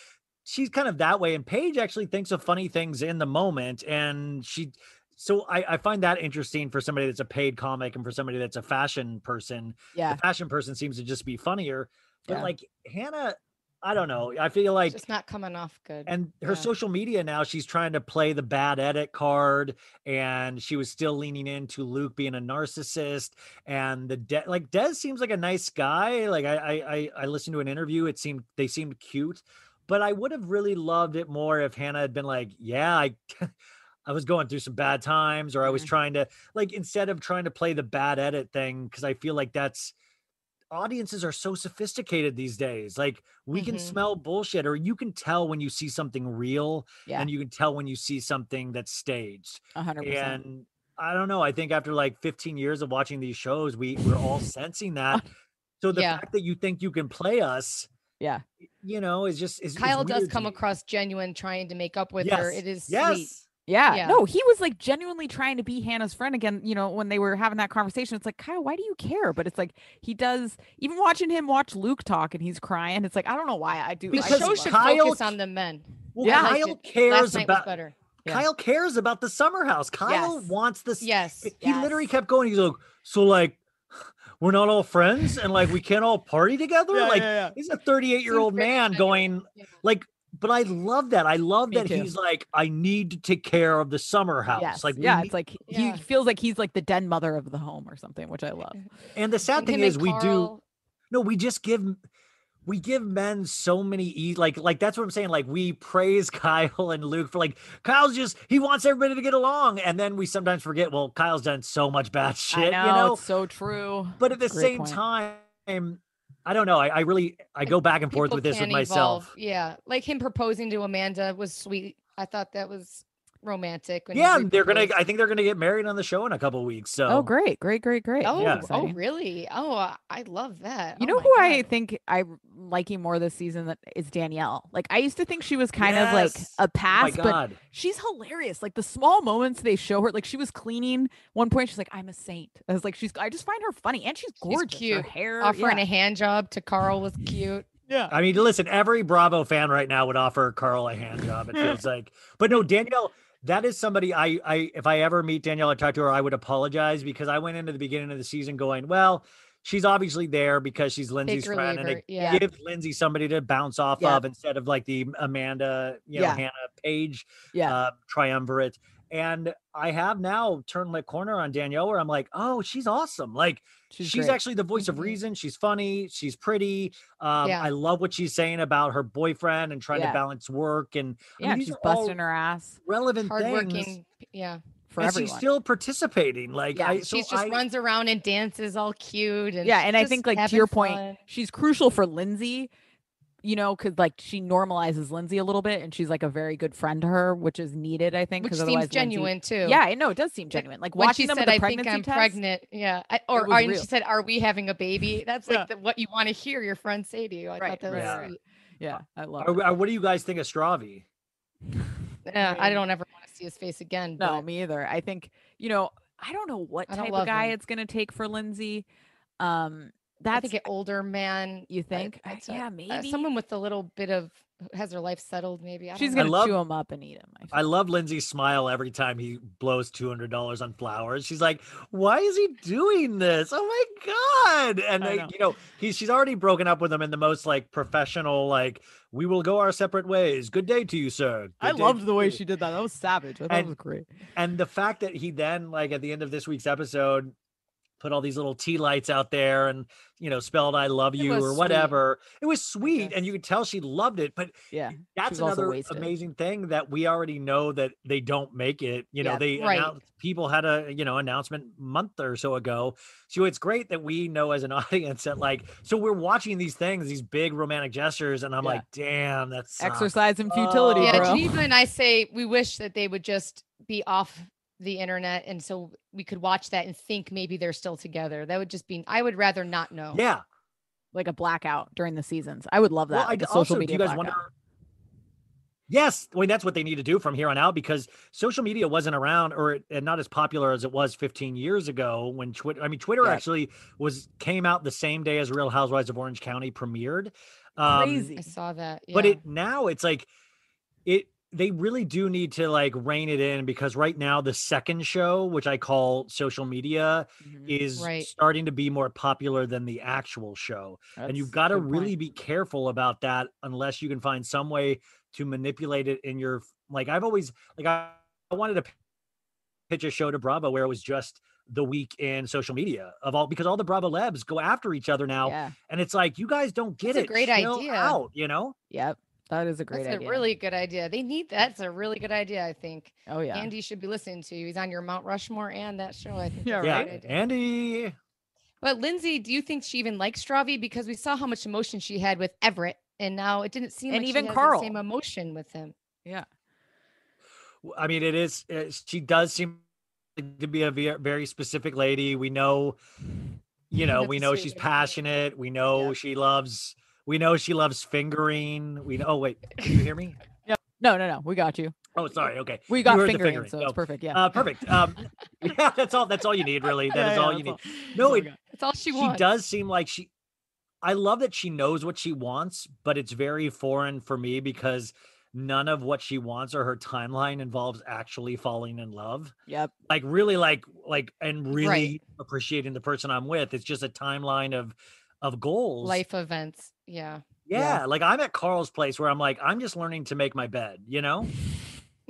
she's kind of that way. And Paige actually thinks of funny things in the moment, and she so I, I find that interesting for somebody that's a paid comic and for somebody that's a fashion person Yeah. the fashion person seems to just be funnier but Yeah. like hannah i don't know i feel like It's just not coming off good. and her Yeah. social media now, she's trying to play the bad edit card, and she was still leaning into Luke being a narcissist. And the De- like Dez seems like a nice guy. Like I, I I I listened to an interview. It seemed they seemed cute, but I would have really loved it more if Hannah had been like, yeah, I. I was going through some bad times, or I was Mhm. trying to like instead of trying to play the bad edit thing, because I feel like that's audiences are so sophisticated these days. Like we can Mhm. smell bullshit, or you can tell when you see something real, Yeah. and you can tell when you see something that's staged. A hundred percent. And I don't know. I think after like 15 years of watching these shows, we we're all sensing that. So the Yeah. fact that you think you can play us, Yeah. you know, is just is is Kyle does weird to come me. across genuine trying to make up with her. Yes, It is sweet. Yes. Yeah. Yeah. No, he was like genuinely trying to be Hannah's friend again, you know, when they were having that conversation. It's like, Kyle, why do you care? But it's like he does even watching him watch Luke talk and he's crying. It's like, I don't know why I do. The I Because do show love should it. Kyle focus on the men. Well, Yeah. I liked Kyle it. cares Last night was about better. Yeah. Kyle cares about the summer house. Kyle Yes. wants the s- Yes. He literally Yes. kept going. He's like, so like, we're not all friends, and like we can't all party together. Yeah, like, yeah, yeah. he's a 38 year old Seems very man going Yeah. like. But I love that. I love Me that too. he's like, I need to take care of the summer house. Yes. Like, we yeah, need- it's like Yeah. he feels like he's like the den mother of the home or something, which I love. and the sad And thing him and is, we do. Carl- No, we just give m- we give men so many e- like like that's what I'm saying. Like we praise Kyle and Luke for like Kyle's just he wants everybody to get along, and then we sometimes forget. Well, Kyle's done so much bad shit, I know, you know. it's so true. But at the Great same point. time, I don't know. I, I really I go back and forth People with this with can myself. evolve. Yeah. Like him proposing to Amanda was sweet. I thought that was romantic. when he Yeah, they're gonna. proposed. I think they're gonna get married on the show in a couple weeks. So Oh, great, great, great, great. Oh, Yeah. oh, Exciting. really? Oh, I- I love that. You Oh know my who I God. think I'm liking more this season that is Danielle. Like I used to think she was kind of like Yes. a Oh my pass, but god. she's hilarious. Like the small moments they show her, like she was cleaning one point, she's like, I'm a saint. I was like, she's I just find her funny and she's gorgeous. Her cute. hair offering yeah. a hand job to Carl was cute. yeah. I mean, listen, every Bravo fan right now would offer Carl a hand job. It feels like, but no, Danielle, that is somebody I, I, if I ever meet Danielle or talk to her, I would apologize because I went into the beginning of the season going, well, she's obviously there because she's Lindsay's Take or friend, leave and her. it Yeah. gives Lindsay somebody to bounce off Yeah. of instead of like the Amanda, you know, Yeah. Hannah Page Yeah. uh, triumvirate. And I have now turned the corner on Danielle, where I'm like, oh, she's awesome. Like she's, great. Mm-hmm. actually the voice of Mhm. reason. She's funny. She's pretty. Um, Yeah. I love what she's saying about her boyfriend and trying to Yeah. balance work and I mean, yeah, these she's are all busting her ass relevant things. Hardworking. Yeah. for and everyone. she's still participating. Like Yeah, I, She's so just I- runs around and dances all cute. And yeah, and I just think like to having your point, fun. she's crucial for Lindsay, you know, because like she normalizes Lindsay a little bit, and she's like a very good friend to her, which is needed, I think, which because seems otherwise Lindsay- genuine too. Yeah, I know it does seem genuine. Like When watching she them said, with the "I think pregnancy I'm test, pregnant," yeah, I, or, was or and real. she said, "Are we having a baby?" That's like Yeah. the, what you want to hear your friend say to you. I Right, thought that was right, right. sweet. Yeah, I love. Are- are- what do you guys think of Stravi? Yeah, uh, I Mm. don't ever want to see his face again. it. No, but me either. I think you know. I don't know what I don't type love of guy him. it's gonna take for Lindsay. Um, I that's think an older man. you think? I- that's a- yeah, uh, maybe someone with a little bit of who has her life settled. Maybe I don't she's know. gonna love- chew him up and eat him. I love Lindsay's smile every time he blows two hundred dollars on flowers. She's like, "Why is he doing this? Oh my god!" And I they, know. you know, he's she's already broken up with him in the most like professional, like, "We will go our separate ways. Good day to you, sir." Good day to you." did that. That was savage. I thought it And- was great. and the fact that he then like at the end of this week's episode put all these little tea lights out there and you know spelled i love It you was or sweet, whatever it was sweet and guess. you could tell she loved it but Yeah, that's was also another wasted. amazing thing that we already know that they don't make it you know Yeah, they right. announced, people had a you know announcement month or so ago so it's great that we know as an audience that like so we're watching these things these big romantic gestures and i'm Yeah. like damn that's exercise and futility, Oh. Yeah, bro. Geneva and I say we wish that they would just be off the internet, and so we could watch that and think maybe they're still together. That would just be. I would rather not know. yeah Like a blackout during the seasons. I would love that. Well, I like a d- social also, do media you guys blackout. wonder? Yes, I mean that's what they need to do from here on out because social media wasn't around or it- and not as popular as it was 15 years ago when Twitter. I mean, Twitter Yeah. actually was came out the same day as Real Housewives of Orange County premiered. Um, Crazy. I saw that. But yeah. it now it's like it. They really do need to like rein it in because right now the second show, which I call social media, Mhm. is Right. starting to be more popular than the actual show and you've That's a got to good point. really be careful about that unless you can find some way to manipulate it in your like i've always like i, I wanted to p- pitch a show to bravo where it was just the week in social media of all because all the bravo labs go after each other now Yeah. and it's like you guys don't get That's a it great Chill idea. out you know Yep. That is a great That's idea. a really good idea. They need that's a really good idea. I think Oh yeah. Andy should be listening to you. He's on your Mount Rushmore and that show. I think. Yeah, that's a yeah great idea. andy But Lindsay, do you think she even likes Stravi? Because we saw how much emotion she had with Everett, and now it didn't seem And like even she has Carl. the same emotion with him. I mean, it is. uh, She does seem to be a ve- very specific lady. We know, you know, That's we a know sweet she's way to put it. passionate. We know Yeah. she loves. We know she loves fingering. We know. Oh wait, can you hear me? No, no, no. We got you. Oh, sorry. Okay, We got heard the fingering, fingering, so no. it's perfect. Yeah. uh, perfect. Um, yeah, that's all. That's all you need, really. That is Yeah, yeah, all you that's need. all. No, Oh my it- God. That's all she she wants. does seem like she I love that she knows what she wants, but it's very foreign for me because none of what she wants or her timeline involves actually falling in love. Yep. Like really like like and really Right. appreciating the person I'm with. It's just a timeline of of goals. Life events. Yeah. Yeah, like I'm at Carl's place where I'm like I'm just learning to make my bed, you know?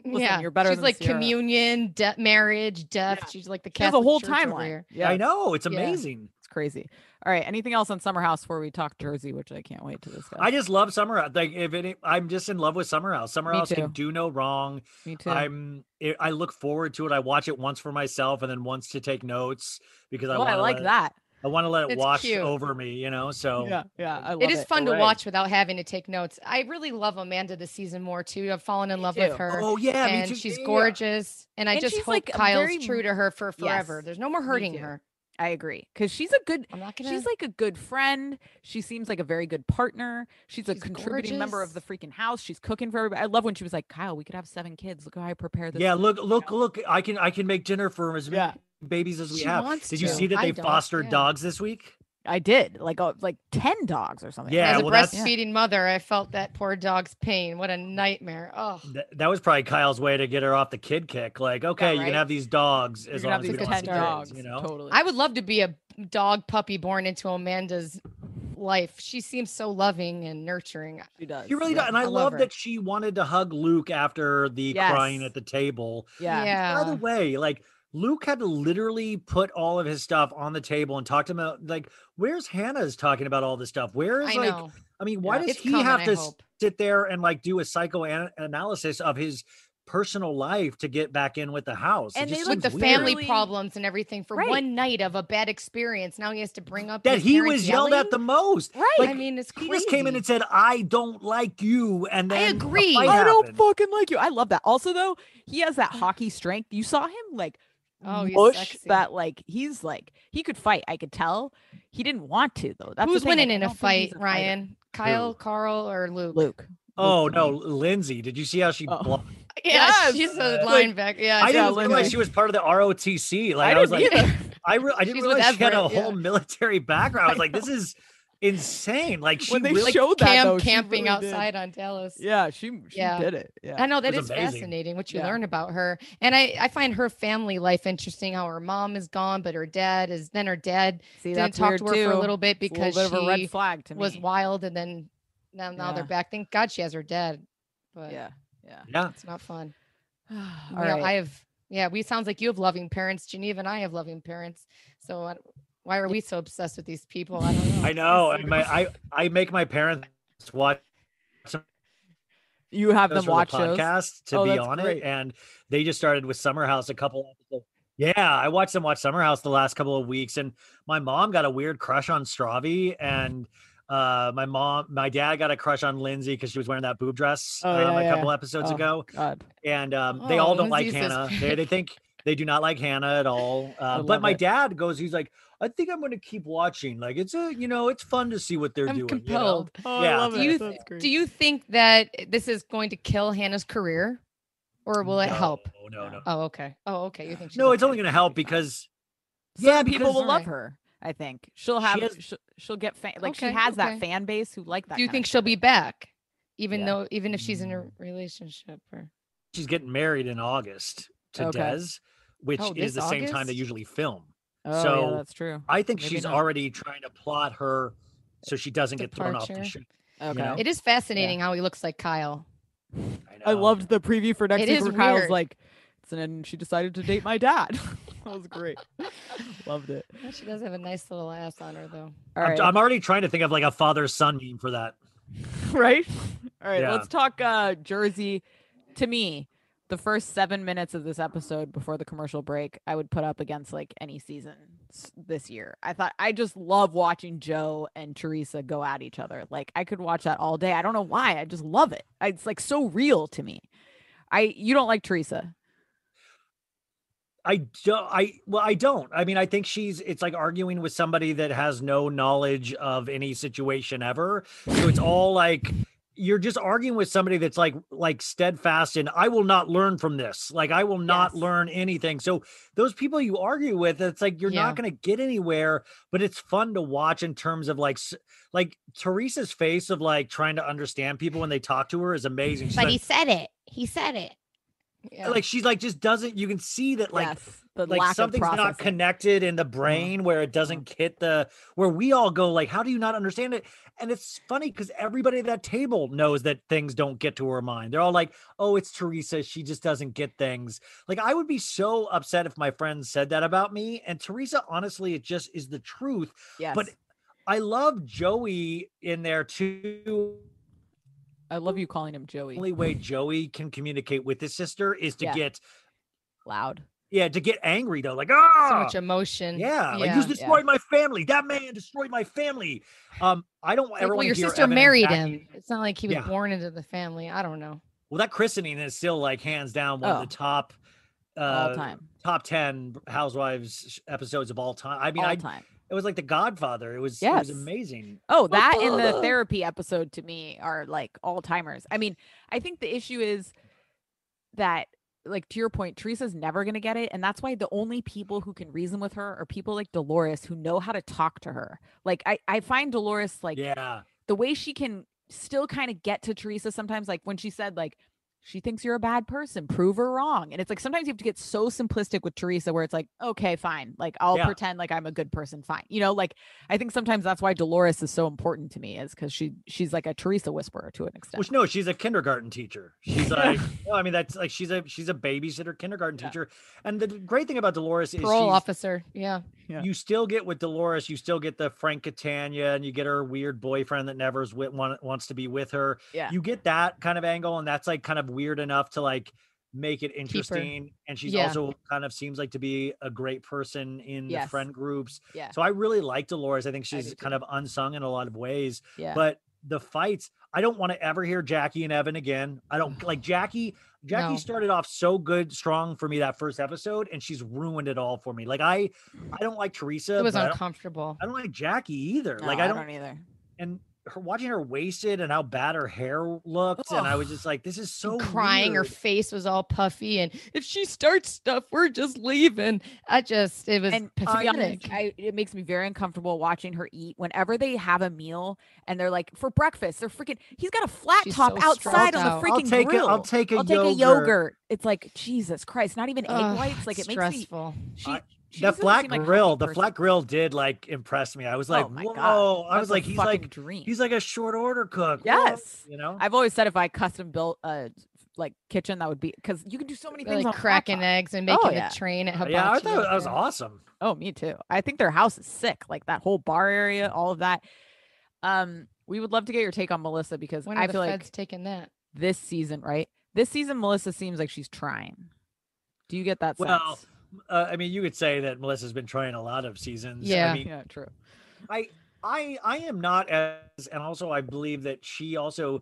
Listen, yeah. you're better She's than like Ciara. communion, de- marriage, death. Yeah. She's like the She has Catholic a whole Church over timeline. here. Yeah. I know, it's Yeah. amazing. It's crazy. All right. Anything else on Summer House before we talk Jersey, which I can't wait to discuss. I just love Summer House. Like if any I'm just in love with Summer House. Summer Me House too. can do no wrong. Me too. I'm eh, it, I look forward to it. I watch it once for myself and then once to take notes because I oh, I wanna like let- that. I want to let it It's wash cute. over me, you know. So yeah, yeah, I love It is fun to Hooray. watch without having to take notes. I really love Amanda this season more too. I've fallen in love too. with her. Oh yeah, me and too. she's Yeah, yeah, yeah. gorgeous. And I And just she's, hope like, a Kyle's very true to her for forever. Yes. There's no more hurting too. her. I agree because she's a good. I'm not gonna. She's like a good friend. She seems like a very good partner. She's a She's contributing member of the gorgeous. freaking house. She's cooking for everybody. I love when she was like, "Kyle, we could have seven kids. Look how I prepare this." Yeah, for look, you," you look, know? look. I can I can make dinner for as many Yeah, babies as we She have. wants Did you to. see that I they don't, fostered yeah. dogs this week? I did. Like, oh, like ten dogs or something. Yeah, as a well, that's- breastfeeding mother, I felt that poor dog's pain. What a nightmare. Oh, Th- that was probably Kyle's way to get her off the kid kick. Like, okay, you can right? have these dogs You're as gonna have long as we like don't these have ten have dogs. kids, you know. totally. I would love to be a dog puppy born into Amanda's life. She seems so loving and nurturing. she does. She really Yeah, does, and I, I love love her. that she wanted to hug Luke after the crying Yes. at the table. Yeah. By the way, like Luke had to literally put all of his stuff on the table and talk to him about like, where's Hannah's talking about all this stuff? Where is I like, know. I mean, why Yeah. does It's he coming, have I to hope. sit there and like do a psychoanalysis of his personal life to get back in with the house? It And they just With the seems weird. family Literally- problems and everything for Right. one night of a bad experience. Now he has to bring up that his he parents was yelled yelling? at the most. Right. I like, mean, it's crazy. He just came in and said, "I don't like you," and I then the agree. fight I don't happened. fucking like you. I love that. Also, though, he has that hockey strength. You saw him like Oh, he's mush sexy. that. Like he's like he could fight. I could tell. He didn't want to though. That's the Who's thing, like, winning I in a don't think fight, he's a fighter. Ryan? Kyle, Carl, or Luke? Luke. Oh Luke no, Lane. Lindsay! Did you see how she? Oh. blocked? Yeah, Yes. she's a Uh, linebacker. yeah, I she's didn't a realize linebacker. she was part of the ROTC. Like I I, didn't was like, either. I, re- I didn't She's with realize she had a Everett, yeah. whole military background. I was I like, this is insane. Like she when they really. showed that Cam though, she camping really did. outside on Dallas. Yeah, she she Yeah. did it. Yeah. I know that was is amazing. fascinating what you Yeah. learn about her, and I I find her family life interesting. How her mom is gone, but her dad is then her dad See, didn't that's talk weird to her too. for a little bit It's because a little bit of a she red flag to me. was wild, and then now now they're Yeah. back. Thank God she has her dad, but Yeah, yeah. Yeah. it's not fun. All You know, right. I have yeah. We sounds like you have loving parents. Geneva and I have loving parents. So I, why are we so obsessed with these people? I don't know. I know. It's and my- I I make my parents watch you have them those for the watch shows. podcast to Oh, be that's on great. it, and they just started with Summer House a couple. Episodes. Yeah, I watched them watch Summer House the last couple of weeks, and my mom got a weird crush on Stravi, and uh, my mom, my dad got a crush on Lindsay because she was wearing that boob dress Oh, um, yeah, a yeah. couple episodes Oh. ago, God. and um, they all Oh, don't like Lindsay's this Hannah. They, they think they do not like Hannah at all. Uh, love but my it. dad goes, he's like, I think I'm going to keep watching. Like it's a, you know, it's fun to see what they're I'm doing. you know? compelled. Oh, Yeah. I love Do it. you- That's great. Do you think that this is going to kill Hannah's career, or will it No, help? No, No. no, Oh, okay. Oh, okay. You think she's no. It's okay. only going to help because yeah, people because- will love Alright. her. I think she'll She have has- she'll, she'll get fan like she Okay, has that okay. fan base who like that. Do you kinda think shit. she'll be back, even Yeah. though even if she's in a Mm. relationship or? she's getting married in August to Okay. Des, which Oh, is this the same time they August? usually film. Oh, So, yeah, that's true. I think Maybe she's not. already trying to plot her so she doesn't get thrown off the Departure. ship. Okay. know? It is fascinating how he looks like Kyle. I know. loved the preview for next It week is where Kyle's weird. like, "It's- and then she decided to date my dad. that was great. loved it. Well, She does have a nice little ass on her though. All I'm, right. I'm already trying to think of like a father son meme for that. right? All right, Yeah. let's talk uh Jersey. To me, the first 7 minutes of this episode before the commercial break, I would put up against like any season s- this year. I thought I just love watching Joe and Teresa go at each other. Like I could watch that all day. I don't know why. I just love it. I- It's like so real to me. I you don't like Teresa. I don't. I well, I don't. I mean, I think she's. It's like arguing with somebody that has no knowledge of any situation ever. So it's all like you're just arguing with somebody that's like like steadfast and I will not learn from this. Like I will not Yes. learn anything. So those people you argue with, it's like you're Yeah. not going to get anywhere. But it's fun to watch in terms of like s- like Teresa's face of like trying to understand people when they talk to her is amazing. She's like, said it. He said it. Yeah. like she's like just doesn't. You can see that like yes. The like lack something's of not processing. Mm-hmm. connected in the brain where it doesn't hit the where we all go like how do you not understand it and it's funny because everybody at that table knows that things don't get to her mind they're all like oh it's teresa she just doesn't get things like i would be so upset if my friends said that about me and teresa honestly it just is the truth Yes. but i love joey in there too I love you calling him Joey. only way joey can communicate with his sister is to Yeah. get Loud. yeah, to get angry though, like ah, so much emotion. yeah, like you destroyed my family. That man destroyed my family. Um, I don't Like, ever well, want your to hear sister Eminem married backing- him. It's not like he was Yeah. born into the family. I don't know. Well, that christening is still like hands down one Oh. of the top, all uh, time. top ten Housewives sh- episodes of all time. I mean, all I time. it was like The Godfather. It was it was Yes. amazing. Oh, that and the therapy episode to me are like all timers. I mean, I think the issue is that, like, to your point, Teresa's never going to get it. And that's why the only people who can reason with her are people like Dolores who know how to talk to her. Like, I, I find Dolores, like, yeah, the way she can still kind of get to Teresa sometimes, like when she said, like, she thinks you're a bad person, prove her wrong. And it's like sometimes you have to get so simplistic with Teresa where it's like, okay, fine. Like I'll Yeah. pretend like I'm a good person, fine. You know, like I think sometimes that's why Dolores is so important to me, is because she she's like a Teresa whisperer to an extent. Which no, she's a kindergarten teacher. She's Yeah. like, no, I mean, that's like she's a she's a babysitter, kindergarten Yeah. teacher. And the great thing about Dolores is Parole she's- officer. Yeah. Yeah. you still get with Dolores, you still get the Frank Catania, and you get her weird boyfriend that never's with want, wants to be with her. Yeah. you get that kind of angle, and that's like kind of weird enough to like make it interesting. And she's Yeah. also kind of seems like to be a great person in the Yes. friend groups. Yeah. So I really like Dolores. I think I she's do kind of unsung in a lot of ways. Yeah. But the fights, I don't want to ever hear Jackie and Evan again. I Mm. don't like Jackie. Jackie No. started off so good, strong for me that first episode, and she's ruined it all for me. Like I, I don't like Teresa. It was but I, don't, uncomfortable. I don't like Jackie either. No, like I don't, either. and her watching her wasted and how bad her hair looked, and I was just like, this is so And crying. weird. Her face was all puffy. And if she starts stuff, we're just leaving. I just, it was and to be honest, pathetic. I, it makes me very uncomfortable watching her eat. Whenever they have a meal and they're like for breakfast, they're freaking. He's got a flat She's top so outside stressed on out. the freaking I'll take grill. a, I'll take a I'll yogurt. take a yogurt. It's like Jesus Christ, not even egg Ugh, whites. Like it makes me. stressful. She, I- she The doesn't flat seem like a grill, healthy the person. flat grill did like impress me. I was Oh like, my whoa. God, I that's was a like, he's fucking like, dream. he's like a short order cook. whoa, Yes. you know. I've always said if I custom built a like kitchen, that would be because you can do so many They're, things. like on a flat cracking top. eggs and Oh, making yeah. the train at hibachi. yeah, I thought out that was there. awesome. Oh, me too. I think their house is sick. Like that whole bar area, all of that. Um, we would love to get your take on Melissa because When are I the feel like feds taking that? this season, right? This season, Melissa seems like she's trying. Do you get that sense? Well, Uh, I mean, you could say that Melissa's been trying a lot of seasons. Yeah. I mean, yeah, true. I I I am not as and also I believe that she also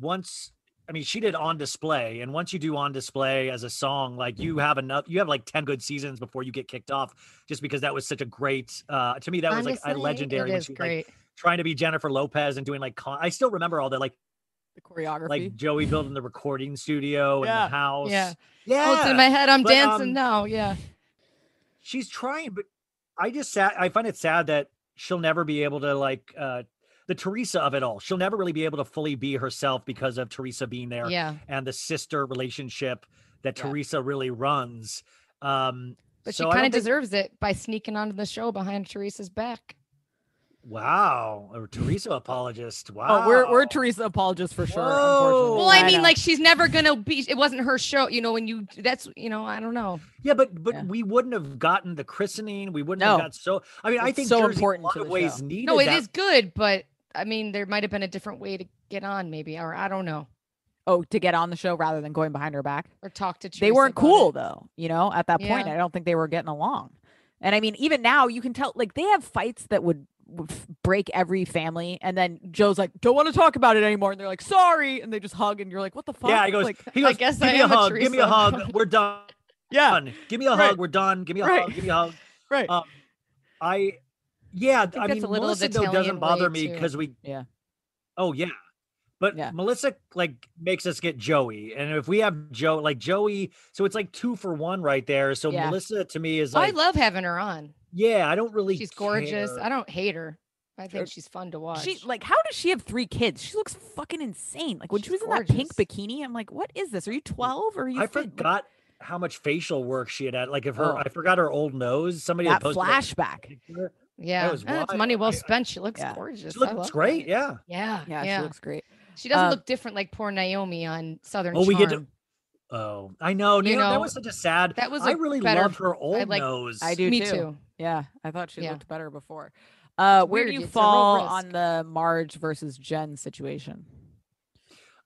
once I mean she did on display and once you do on display as a song like you have enough you have like 10 good seasons before you get kicked off just because that was such a great uh to me that was like a Honestly, legendary It when is she was, like great. trying to be Jennifer Lopez and doing like con- I still remember all that like The choreography. like Joey building the recording studio Yeah. and the house Yeah. yeah Oh, it's in my head. I'm But, dancing um, now. Yeah. she's trying but i just sad i find it sad that she'll never be able to like uh the teresa of it all she'll never really be able to fully be herself because of teresa being there Yeah. and the sister relationship that Yeah. teresa really runs um But she so I kind don't of think- deserves it by sneaking onto the show behind Teresa's back. wow a teresa apologist wow Oh, we're we're Teresa apologists for sure. Unfortunately. Well, I mean, know. like she's never gonna be. It wasn't her show, you know. When you, that's, you know, I don't know. yeah but but Yeah. we wouldn't have gotten the christening we wouldn't have No. got so i mean i It's think so Jersey important in a lot to of the ways show. needed No, it that. is good, but I mean, there might have been a different way to get on, maybe, or I don't know, oh, to get on the show rather than going behind her back. or talk to. Teresa they weren't about it. cool though, you know, at that point. Yeah. I don't think they were getting along. And I mean, even now you can tell like they have fights that would, would f- break every family. And then Joe's like, don't want to talk about it anymore. And they're like, sorry. And they just hug and you're like, what the fuck? yeah he goes like, he goes guess give I me a am a hug give me a Teresa. hug we're done yeah, done. Give me a Right. hug. We're done. Give me a Right. hug. Give me a hug. right. Uh, I, yeah, I, that's mean, a little of Melissa the though Italian doesn't bother way, me too. because we, Yeah. oh yeah, but Yeah. Melissa like makes us get Joey, and if we have Joe, like Joey, so it's like two for one right there. So Yeah. Melissa to me is Oh, I like, love having her on. yeah, I don't really. She's gorgeous. care. I don't hate her. I Sure. think she's fun to watch. she like, how does she have three kids? She looks fucking insane. Like when she She's was in that pink gorgeous. bikini, I'm like, what is this? Are you 12 or are you? I fit? Like, forgot how much facial work she had. Had like if Oh. her, I forgot her old nose. Somebody had that posted flashback. picture. yeah, was Ah, it's wild. money I- I- well spent. She looks Yeah. gorgeous. She I looks love great. that. Yeah. Yeah, Yeah, yeah. she looks great. She doesn't Um, look different like poor Naomi on Southern. Oh, we get to- Charm. Oh, I know. You Naomi- that know, was such a sad. that was I a really better- loved her old like- nose. I do Me too. too. Yeah, I thought she Yeah. looked better before. Uh, where weird, do you it's a real fall risk. on the Marge versus Jen situation?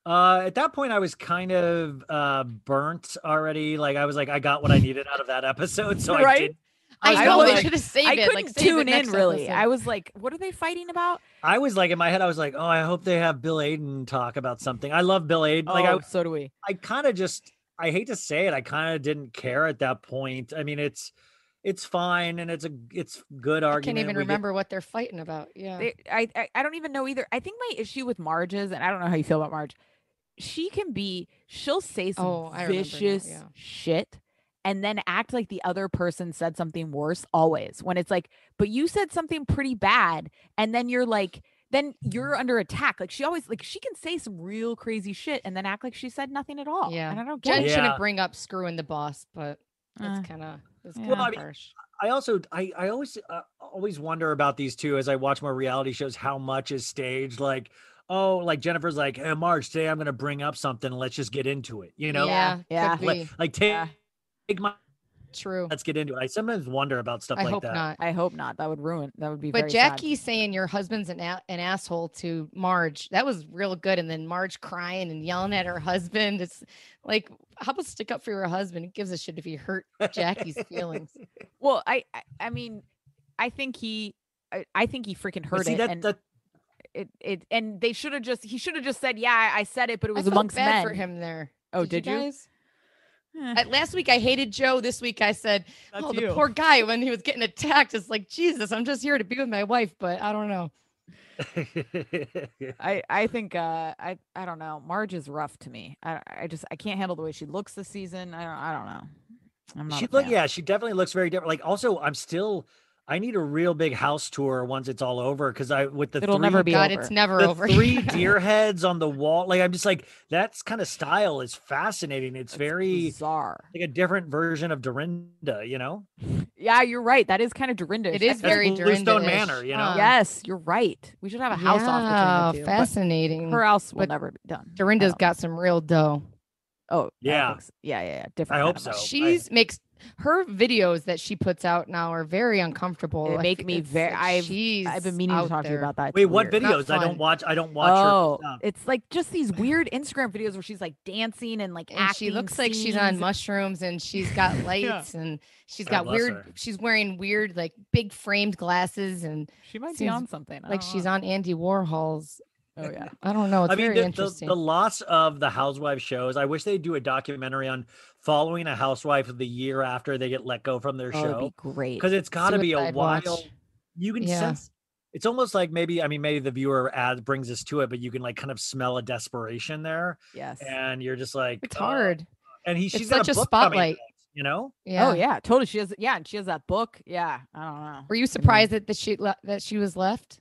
Uh, at that point, I was kind of uh, burnt already. Like I was like, I got what I needed out of that episode, so I Right? did. I, I know was they like- should have saved I it. couldn't Like save tune it next in really. episode. I was like, what are they fighting about? I was like in my head, I was like, oh, I hope they have Bill Aiden talk about something. I love Bill Aiden. Like oh, I, so do we. I kind of just, I hate to say it, I kind of didn't care at that point. I mean, it's, it's fine, and it's a, it's good I argument. can't even We get- remember what they're fighting about. Yeah. They, I, I I don't even know either. I think my issue with Marge is, and I don't know how you feel about Marge. She can be, she'll say some Oh, I remember now, vicious yeah. shit, and then act like the other person said something worse. Always when it's like, but you said something pretty bad, and then you're like, then Mm. you're under attack. Like she always like she can say some real crazy shit, and then act like she said nothing at all. Yeah. and I don't get Jen it. Yeah. shouldn't bring up screwing the boss, but that's Uh, kind of that's yeah. kind Well, of I mean, harsh. I also I I always uh, always wonder about these two as I watch more reality shows how much is staged like oh like Jennifer's like hey Marge today I'm going to bring up something and let's just get into it you know yeah, Yeah. could like, be. like take, Yeah. take my true. let's get into it I sometimes wonder about stuff I like hope that not. I hope not. That would ruin. That would be. But very sad. Jackie's saying your husband's an, a- an asshole to Marge. That was real good. And then Marge crying and yelling at her husband. It's like, how about stick up for your husband? It gives a shit if you hurt Jackie's feelings. Well, I, I, I mean, I think he, I, I think he freaking But heard see it, that and that it, it, and they should have just, he should have just said, yeah, I, I said it, but I it was felt amongst bad men. for him there. Oh, did you? guys? Eh, I- last week I hated Joe. This week I said, that's oh, you. the poor guy when he was getting attacked. It's like, Jesus, I'm just here to be with my wife, but I don't know. I, I think, uh, I, I don't know. Marge is rough to me. I, I just, I can't handle the way she looks this season. I don't, I don't know. I'm not. she a look fan. yeah she definitely looks very different like also I'm still I need a real big house tour once it's all over cuz I with the It'll three never be God, over. it's never the over. three deer heads on the wall. Like I'm just like that's kind of style is fascinating. It's That's very bizarre. like a different version of Dorinda, you know? Yeah, you're right. That is kind of Dorinda. It is That's very Bluestone Dorinda-ish. Manor, you know? Huh. Yes, you're right. We should have a house off between the two. Yeah, but fascinating. Her house will But never be done. I Dorinda's don't- got some real dough. Oh Yeah. Netflix. yeah, yeah, yeah. Different. I kind hope of money. so. I- She's makes her videos that she puts out now are very uncomfortable. They I make f- me it's very- like I've- she's I've been meaning to out talk to you there. about that. It's Wait, what weird. Not videos? I don't fun. watch I don't watch oh, her stuff. it's like just these weird Instagram videos where she's like dancing and like And she acting looks like she's on scenes. mushrooms and she's got lights and she's got God bless weird her. she's wearing weird like big framed glasses and She might be scenes, on something. I like don't she's know. on Andy Warhol's Oh yeah. I don't know. It's I mean, very the, the, interesting. the loss of the housewife shows. I wish they'd do a documentary on following a housewife the year after they get let go from their Oh, that'd be show great. because it's got to be a Suicide while. Watch. You can Yeah. sense it's almost like maybe I mean maybe the viewer ad brings us to it, but you can like kind of smell a desperation there, Yes. and you're just like It's "Oh, hard. and he It's she's got such a a, book coming spotlight. out, you know Yeah. Oh yeah, totally. She has yeah, and she has that book. Yeah. I don't know. Were Mm-hmm. you surprised that, that she le- that she was left?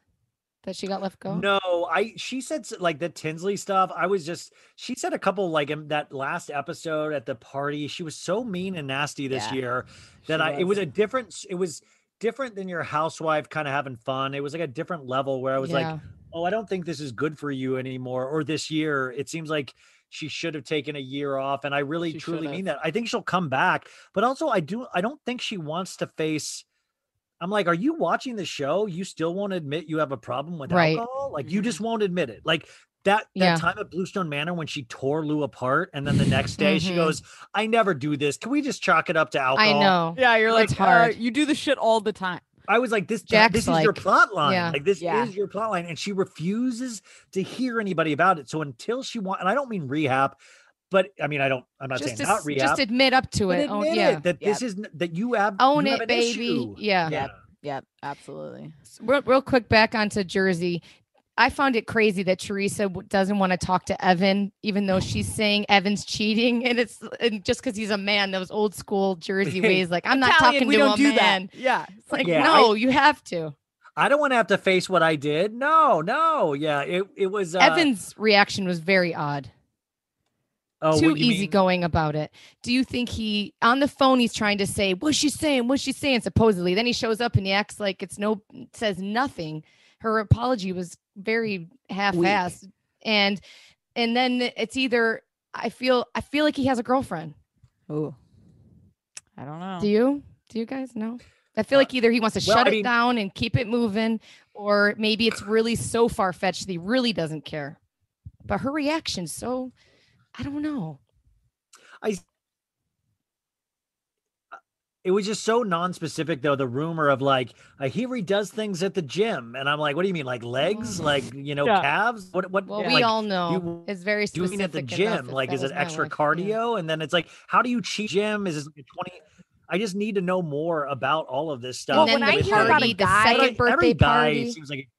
That she got left go? no i she said s- like the tinsley stuff i was just she said a couple like in that last episode at the party she was so mean and nasty this Yeah, year that She i it was a different s- it was different than your housewife kind of having fun it was like a different level where i was like oh i don't think this is good for you anymore or this year it seems like she should have taken a year off and i really She truly should mean that i think she'll come back but also i do i don't think she wants to face i'm like are you watching the show you still won't admit you have a problem with Right. Mm-hmm. alcohol like you Mhm. just won't admit it like that that Yeah. time at bluestone manor when she tore lou apart and then the next day she Mhm. goes i never do this can we just chalk it up to I alcohol know. Yeah, you're like It's hard. Uh, you do the shit all the time. I was like, this uh, Jack's this is your like, plot line. yeah. Like this Yeah. is your plot line. And she refuses to hear anybody about it. So until she wants, and I don't mean rehab, but I mean I don't I'm not Just saying not as- rehab. just admit up to but it. Oh, admit it, yeah. that Yep. this is n- that you have Own you have it, an baby. issue. Yeah. Yep. Yep, absolutely. S- Real, real quick back onto Jersey. I found it crazy that Teresa w- doesn't want to talk to Evan, even though she's saying Evan's cheating, and it's and just because he's a man, those old school Jersey ways. Like I'm not Italian, talking we to don't a do man. that. Yeah. It's like Yeah, I- no, you have to. I don't want to have to face what I did. No, no. Yeah. It it was uh, Evan's reaction was very odd. oh, too what you mean- easygoing about it. Do you think he on the phone he's trying to say what's she saying? What's she saying? Supposedly, then he shows up and he acts like it's no says nothing. Her apology was very half-assed, and and then it's either I feel I feel like he has a girlfriend. Ooh. I don't know. Do you? Do you guys know? I feel Oh. Uh, like either he wants to well, shut I it mean- down and keep it moving, or maybe it's really so far fetched that he really doesn't care. But her reaction, so I don't know. It was just so non-specific though. The rumor of like, I hear he does things at the gym, and I'm like, what do you mean, like legs, Mm. like you know, Yeah. calves? What? What? Well, Yeah. we like, all know you it's very specific. doing at the enough gym? that Like, that is was it my extra life, yeah. cardio? And then it's like, how do you cheat gym? Is it like a 20? I just need to know more about all of this stuff. Well, and then when I the hear about party, a the guy- But, second like, birthday every guy party. seems like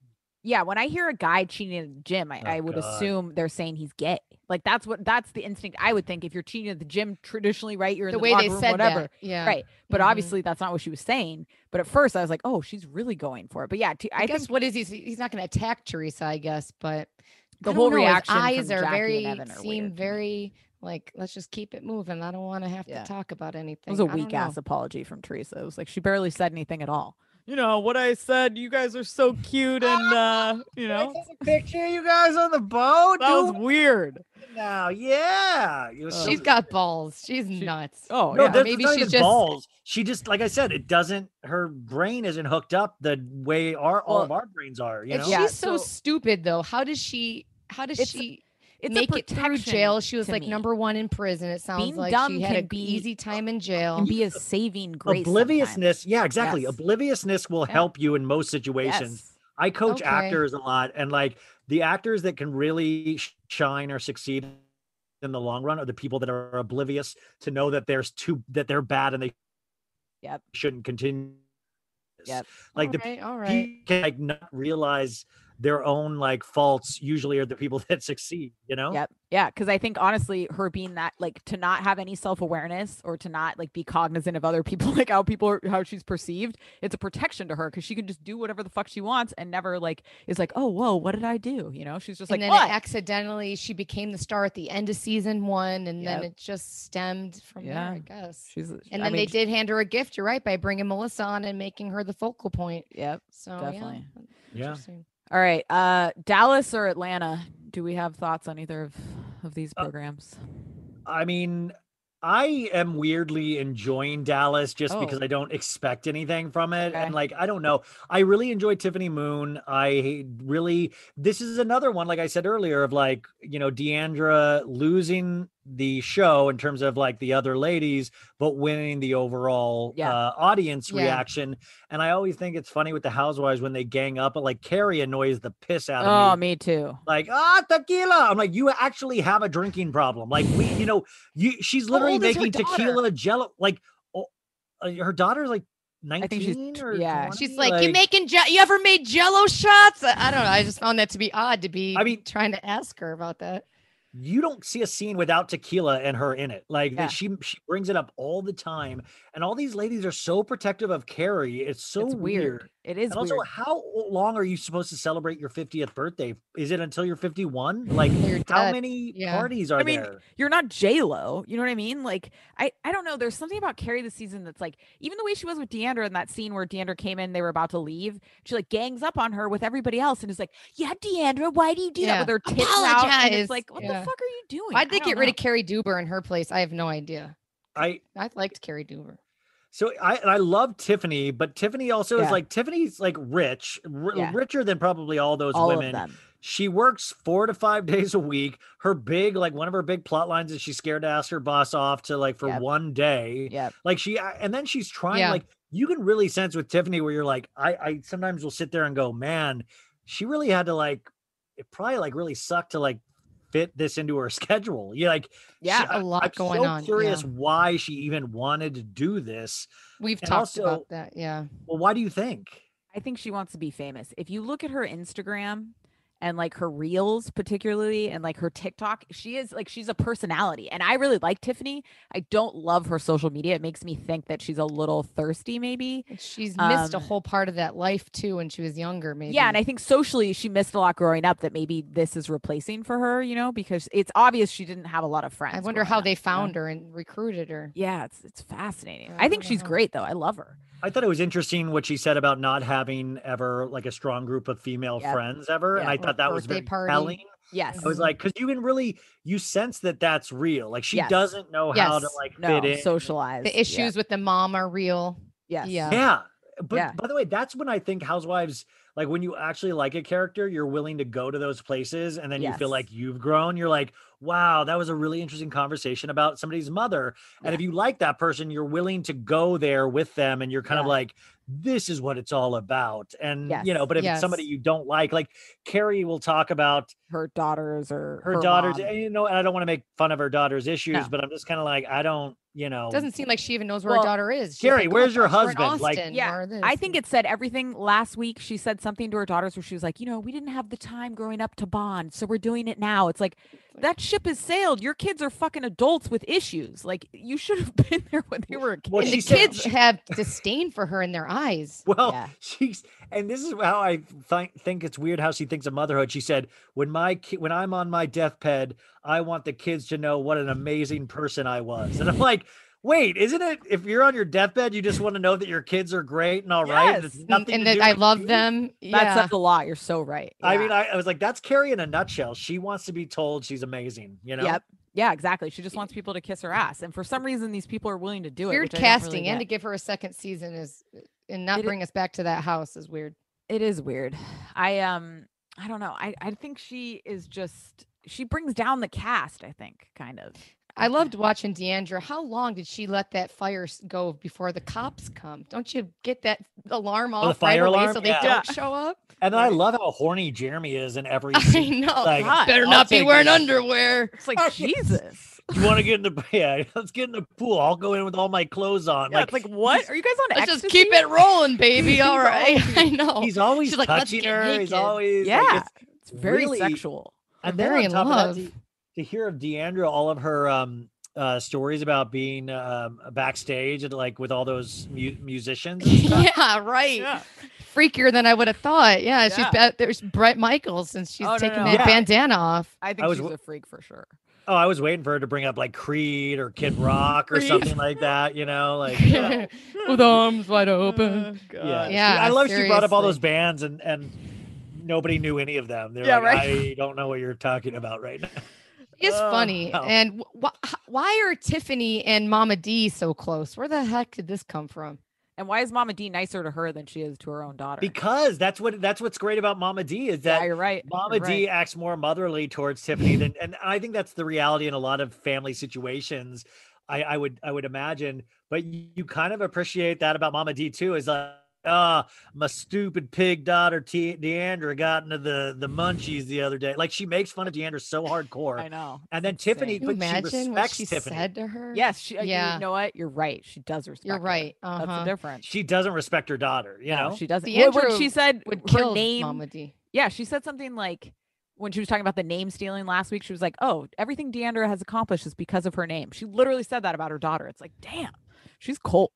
Yeah, when I hear a guy cheating at the gym, I, Oh, I would God. assume they're saying he's gay. Like that's what that's the instinct I would think if you're cheating at the gym traditionally, right? You're in the the, way locker they room, said whatever. that. Yeah. Right. But Mhm. obviously that's not what she was saying. But at first I was like, oh, she's really going for it. But yeah, t- I, I guess think what is he? He's not going to attack Teresa, I guess, but The I whole don't know, his reaction from eyes are Jackie and very Evan are seem weird to me. very like let's just keep it moving. I don't want to have Yeah. to talk about it anything. was a I don't weak know. ass apology from Teresa. It was like she barely said anything at all. You know what I said? You guys are so cute, and uh, you know picture you guys on the boat. that was weird. now, yeah. It was Uh, so She's got balls. She's She- nuts. Oh No, yeah, that's maybe maybe not she's even just- balls. She just, like I said, it doesn't. Her brain isn't hooked up the way our all of Well, our brains are. You If know, she's Yeah, so, so- stupid though, how does she? How does It's- she it's make a it through protection jail? She was to like me. number one in prison. It sounds Being like dumb she had an can be- easy time in jail. and be a saving grace. sometimes. obliviousness. Yeah, exactly. Yes. Obliviousness will Yeah. help you in most situations. Yes. I coach Okay. actors a lot, and like the actors that can really sh- shine or succeed in the long run are the people that are oblivious to know that there's too that they're bad and they Yep. shouldn't continue. this. Yep. Like the all right, all right. people can like not realize their own like faults usually are the people that succeed, you know? Yep. Yeah. Cause I think honestly, her being that like to not have any self awareness or to not like be cognizant of other people, like how people are, how she's perceived, it's a protection to her because she can just do whatever the fuck she wants and never like is like, oh, whoa, what did I do? You know, she's just and then like, what? it accidentally she became the star at the end of season one, and then Yep. it just stemmed from Yeah. there, I guess. she's, uh, And I then mean, they sh- did hand her a gift. You're right by bringing Melissa on and making her the focal point. Yep. So Definitely. Yeah. Yeah. interesting. All right. Uh, Dallas or Atlanta? Do we have thoughts on either of of these Uh, programs? I mean, I am weirdly enjoying Dallas just because Oh. I don't expect anything from it. Okay. And like, I don't know. I really enjoy Tiffany Moon. I really, this is another one, like I said earlier, of like, you know, Deandra losing the show in terms of like the other ladies, but winning the overall Yeah. uh, audience Yeah. reaction. And I always think it's funny with the housewives when they gang up, but like Carrie annoys the piss out of me Oh, me too. like ah tequila i'm like you actually have a drinking problem like we you know you she's How literally old is her making daughter? tequila jello like oh, uh, her daughter's like 19 think she's tw- or yeah. She's 20? like, you making je- you ever made Jello shots? I, I don't know. I just found that to be odd to be. I mean- trying to ask her about that. you don't see a scene without tequila and her in it like Yeah. she she brings it up all the time and all these ladies are so protective of carrie it's so it's weird. It is And also, weird. how o- long are you supposed to celebrate your 50th birthday? Is it until you're 51? Like, You're how dead. many Yeah. parties are I mean, there? you're not J Lo. You know what I mean? Like I, I don't know. There's something about Carrie this season that's like even the way she was with Deandra in that scene where Deandra came in, they were about to leave. She like gangs up on her with everybody else and is like, "Yeah, Deandra, why do you do Yeah. that?" With her tits out, and Apologize. it's like, "What Yeah. the fuck are you doing?" Why'd Oh, I they don't get rid know. of Carrie Duber in her place? I have no idea. I I liked Carrie Duber. So I and I love Tiffany, but Tiffany also is Yeah. like Tiffany's like rich, r- Yeah. richer than probably all those all women. of them? She works four to five days a week. Her big like one of her big plot lines is she's scared to ask her boss off to like for Yep. one day. Yep. Like she a- and then she's trying Yeah. like you can really sense with Tiffany where you're like I I sometimes will sit there and go man she really had to like it probably like really sucked to like fit this into her schedule. You like she- Yeah. a lot I'm going so on, yeah. Curious why she even wanted to do this. We've And talked also- about that. Yeah. Well, why do you think? I think she wants to be famous. If you look at her Instagram and like her reels, particularly, and like her TikTok, she is like she's a personality. And I really like Tiffany. I don't love her social media. It makes me think that she's a little thirsty, maybe. And She's missed a Um, whole part of that life too when she was younger, maybe. Yeah, and I think socially she missed a lot growing up that maybe this is replacing for her, you know, because it's obvious she didn't have a lot of friends. I wonder growing how up, they you know? found her and recruited her. Yeah, it's it's fascinating. Yeah, I I think don't she's know. great though. I love her. I thought it was interesting what she said about not having ever like a strong group of female Yep. friends ever, and Yeah. I Or thought that was birthday very party. telling. Yes. I was Mhm. like, because you can really you sense that that's real. Like she Yes. doesn't know how to Yes. like no, fit in. socialize. The Yeah. issues with the mom are real. Yes. yeah. Yeah, but Yeah. by the way, that's when I think Housewives. Like when you actually like a character, you're willing to go to those places and then you feel Yes. like you've grown. You're like, wow, that was a really interesting conversation about somebody's mother. And if you like that person, you're willing to go there with them and you're kind of Yeah. like, this is what it's all about. And you know, Yes. but if it's somebody Yes. you don't like, like Carrie will talk about her daughters or her, daughter's, mom. and, you know, and I don't want to make fun of her daughter's issues, No. but I'm just kind of like, I don't, you know, Doesn't seem like she even knows where Well, her daughter is. She's Gary, like, where's "Oh, your gosh, we're in husband?" Like- Austin, Yeah, or this. I think it said everything last week. She said something to her daughters where she was like, you know, we didn't have the time growing up to bond, so we're doing it now. It's like like- that ship has sailed. Your kids are fucking adults with issues. Like you should have been there when they were a kid. Well, And she the said- kids have disdain for her in their eyes. Well, Yeah. she's and this is how I thi- think it's weird how she thinks of motherhood. She said, "When my ki- when I'm on my deathbed, I want the kids to know what an amazing person I was." And I'm like, "Wait, isn't it? If you're on your deathbed, you just want to know that your kids are great and all right, and it's Yes. And, nothing and to that do I with love you?" them. That Yeah. says a lot. You're so right. I mean, Yeah. I, I was like, "That's Carrie in a nutshell. She wants to be told she's amazing." You know? Yep. Yeah, exactly. She just wants people to kiss her ass. And for some reason, these people are willing to do it. weird which I don't really casting and to get. give her a second season is and not It i- bring us back to that house is weird. it is weird. I um I don't know. I, I think she is just she brings down the cast, I think, kind of. I loved watching Deandra. How long did she let that fire s- go before the cops come? Don't you get that alarm off Oh, the fire right away alarm? so they Yeah. don't Yeah. show up? And I love how horny Jeremy is in every I scene. know. Like, God, Better I'll not be take wearing this. underwear. It's like Jesus. You want to get in the yeah? Let's get in the pool. I'll go in with all my clothes on. Yeah, it's like what? Are you guys on Let's just ecstasy? keep it rolling, baby. All right. He's always- I know. He's always Oh, She's like, "Let's touching get her. He's naked." always like, Yeah. it's- It's very really- sexual. and They're then very on in top of that, love. to, to hear of Deandra, all of her um, uh, stories about being um, backstage and like with all those mu- musicians. and stuff. yeah, right. Freakier than I would have thought. Yeah, she's Yeah. bet there's Brett Michaels since she's Oh, no, taking no. that Yeah. bandana off. I think was she's w- a freak for sure. Oh, I was waiting for her to bring up like Creed or Kid Rock or Creed. something like that. You know, like yeah, With arms wide Oh, open. yeah. She- Oh, Yeah, I love she brought up all those seriously. bands and and nobody knew any of them. They're Yeah, like, right. I don't know what you're talking about right now. She is Oh, funny. wow. And wh- wh- h- why are Tiffany and Mama D so close? Where the heck did this come from? And why is Mama D nicer to her than she is to her own daughter? Because that's what that's what's great about Mama D is that yeah, you're right. Mama you're D right. acts more motherly towards Tiffany than, and I think that's the reality in a lot of family situations. I, I would, I would imagine, but you, you kind of appreciate that about Mama D too. Is like, ah, my stupid pig daughter T- Deandra got into the the munchies the other day. Like she makes fun of Deandra so I hardcore, know. and then it's Tiffany, Can you insane. but she imagine what respects she Tiffany. said to her? Yes, she, yeah. Yeah. You know what? You're right. She does respect. You're her. right. That's Uh the huh. difference. She doesn't respect her daughter. You no, know, she doesn't. The Well, when Andrew she said Would her kill name. Mama D. Yeah, she said something like when she was talking about the name stealing last week. She was like, "Oh, everything Deandra has accomplished is because of her name." She literally said that about her daughter. It's like, damn, she's cold.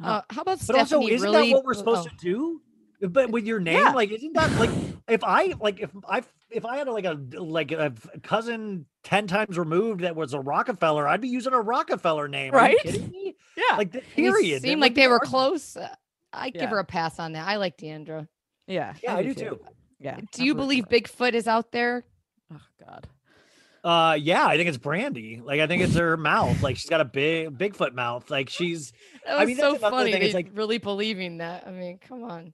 Huh. Uh, how about But Stephanie? also, isn't really, oh, that what we're supposed to do? But with your name, Yeah. like, isn't that like if I like if I if I had like a like a f- cousin ten times removed that was a Rockefeller, I'd be using a Rockefeller name, Are you Right? kidding me? Yeah, Like, th- They period. There seemed like wouldn't be they were argument. close. Uh, I give Yeah. her a pass on that. I like Deandra. yeah, Yeah, I do too. Yeah. Do you I'm believe rooting Bigfoot is out there? for her. Oh God. Uh, yeah, I think it's Brandy. Like, I think it's her mouth. Like, she's got a big Bigfoot mouth. Like, she's That I was mean, that's so another funny. thing, They it's like- really believing that. I mean, come on.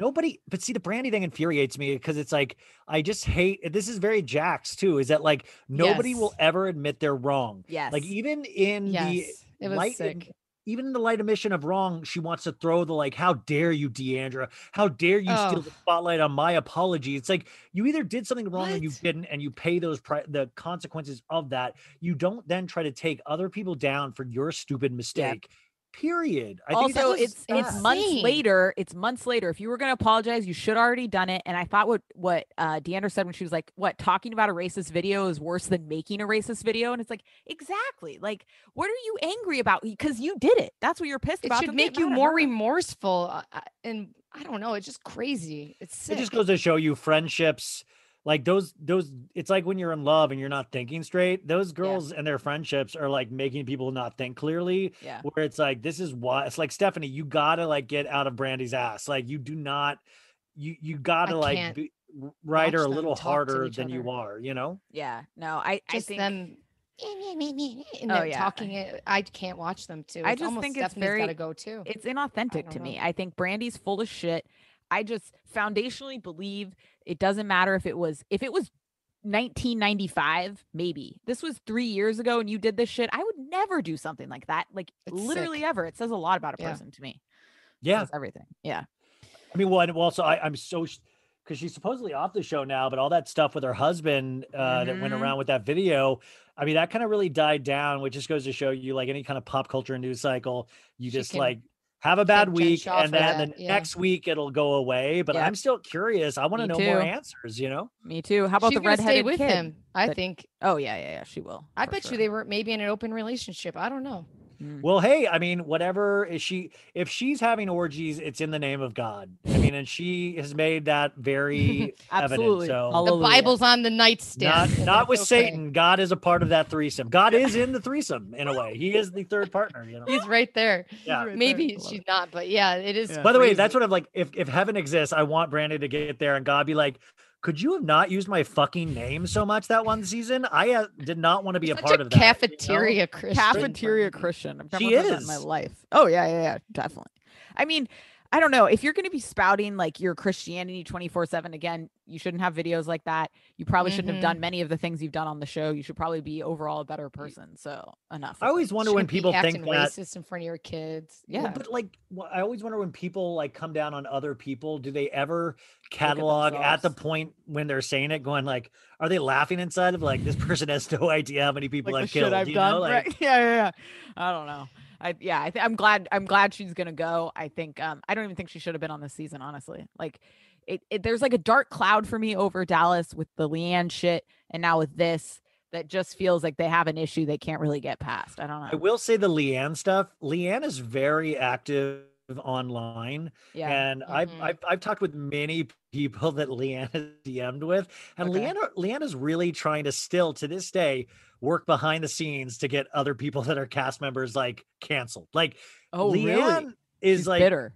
Nobody, but see, the brandy thing infuriates me because it's like I just hate. This is very Jax too. Is that like nobody will Yes. ever admit they're wrong? Yes. Like even in the Yes, it was light em- sick. even in the light emission of wrong, she wants to throw the like, how dare you, Deandra? How dare you steal the Oh. spotlight on my apology? It's like you either did something wrong or you What? didn't, and you pay those pri- the consequences of that. You don't then try to take other people down for your stupid mistake. Period. I think also, that's it's Ah. it's sad. months Insane. later. It's months later. If you were gonna apologize, you should already done it. And I thought what what uh, Deandra said when she was like, "What talking about a racist video is worse than making a racist video," and it's like exactly like what are you angry about? Because you did it. That's what you're pissed It about. should Don't get make you mad at more her. remorseful. uh, uh, And I don't know. It's just crazy. It's sick. it just goes to show you friendships like those those it's like when you're in love and you're not thinking straight those girls and their friendships are like making people not think clearly Yeah. where it's like this is why it's like stephanie you gotta like get out of brandy's ass like you do not you you gotta like can't be, r- ride her watch a them little talk to harder each than you other. are you know Yeah. No, I Just I think them. And Oh, then yeah. talking it, I can't watch them too. I It's just almost think it's Stephanie's very- got to go too. it's inauthentic don't to know. me. I think Brandy's full of shit. I just foundationally believe it doesn't matter if it was if it was 1995 maybe. This was 3 years ago and you did this shit. I would never do something like that. Like It's literally sick. ever. It says a lot about a Yeah. person to me. It Yeah. says everything. Yeah. I mean, well, and also I, I'm so because she's supposedly off the show now, but all that stuff with her husband uh, that went Mhm. Mm-hmm. around with that video, I mean, that kind of really died down, which just goes to show you, like any kind of pop culture news cycle, you She just can like have a bad Jen week, Shaw and for then that, the yeah. next week it'll go away. But Yep. I'm still curious. I want to Me know more too. answers. You know, Mm. Me too. How about She's the gonna redheaded stay with kid? him? I that- think. Oh yeah, yeah, yeah. She will. I for bet sure. you they were maybe in an open relationship. I don't know. Mm. well, hey, I mean, whatever is she? If she's having orgies, it's in the name of God. I mean, and she has made that very Absolutely. so- The The Hallelujah. Bible's on the Not, nightstand. so that's not with okay. Satan. God is a part of that threesome. God is in the threesome in a way. He is the third partner. You know. He's right there. Yeah. Right there. I Maybe love she's it. not, but yeah, it is. Yeah. By the way, crazy. that's what I'm like. If if heaven exists, I want Brandon to get there and God be like, "Could you have not used my fucking name so much that one season? I uh, did not want to be a Such part a of that." you know? cafeteria Christian. cafeteria Brandon. Christian. I've never She heard that in my is. life. Oh yeah, yeah, yeah, definitely. I mean, I don't know if you're going to be spouting like your Christianity 24 seven again. You shouldn't have videos like that. You probably shouldn't Mhm. have Mm-hmm. done many of the things you've done on the show. You should probably be overall a better person. So enough. I always wonder when Shouldn't be people think acting that. racist in front of your kids. Yeah. Well, But like, wh- I always wonder when people like come down on other people, do they ever at catalog at the themselves. point when they're saying it, going like, are they laughing inside of like this person has no idea how many people I've killed? you know, like, right? Yeah, yeah, yeah. I don't know. I yeah, I th- I'm glad. I'm glad she's gonna go. I think. Um, I don't even think she should have been on this season, honestly. Like, it, it there's like a dark cloud for me over Dallas with the Leanne shit, and now with this, that just feels like they have an issue they can't really get past. I don't I know. will say the Leanne stuff. Leanne is very active online. yeah. Mm-hmm. And I've, Mhm. I've I've talked with many people that Leanne has DM'd with, and Okay. Leanne Leanne is really trying to still to this day work behind the scenes to get other people that are cast members like canceled. Like Oh, Leanne really? is She's like bitter.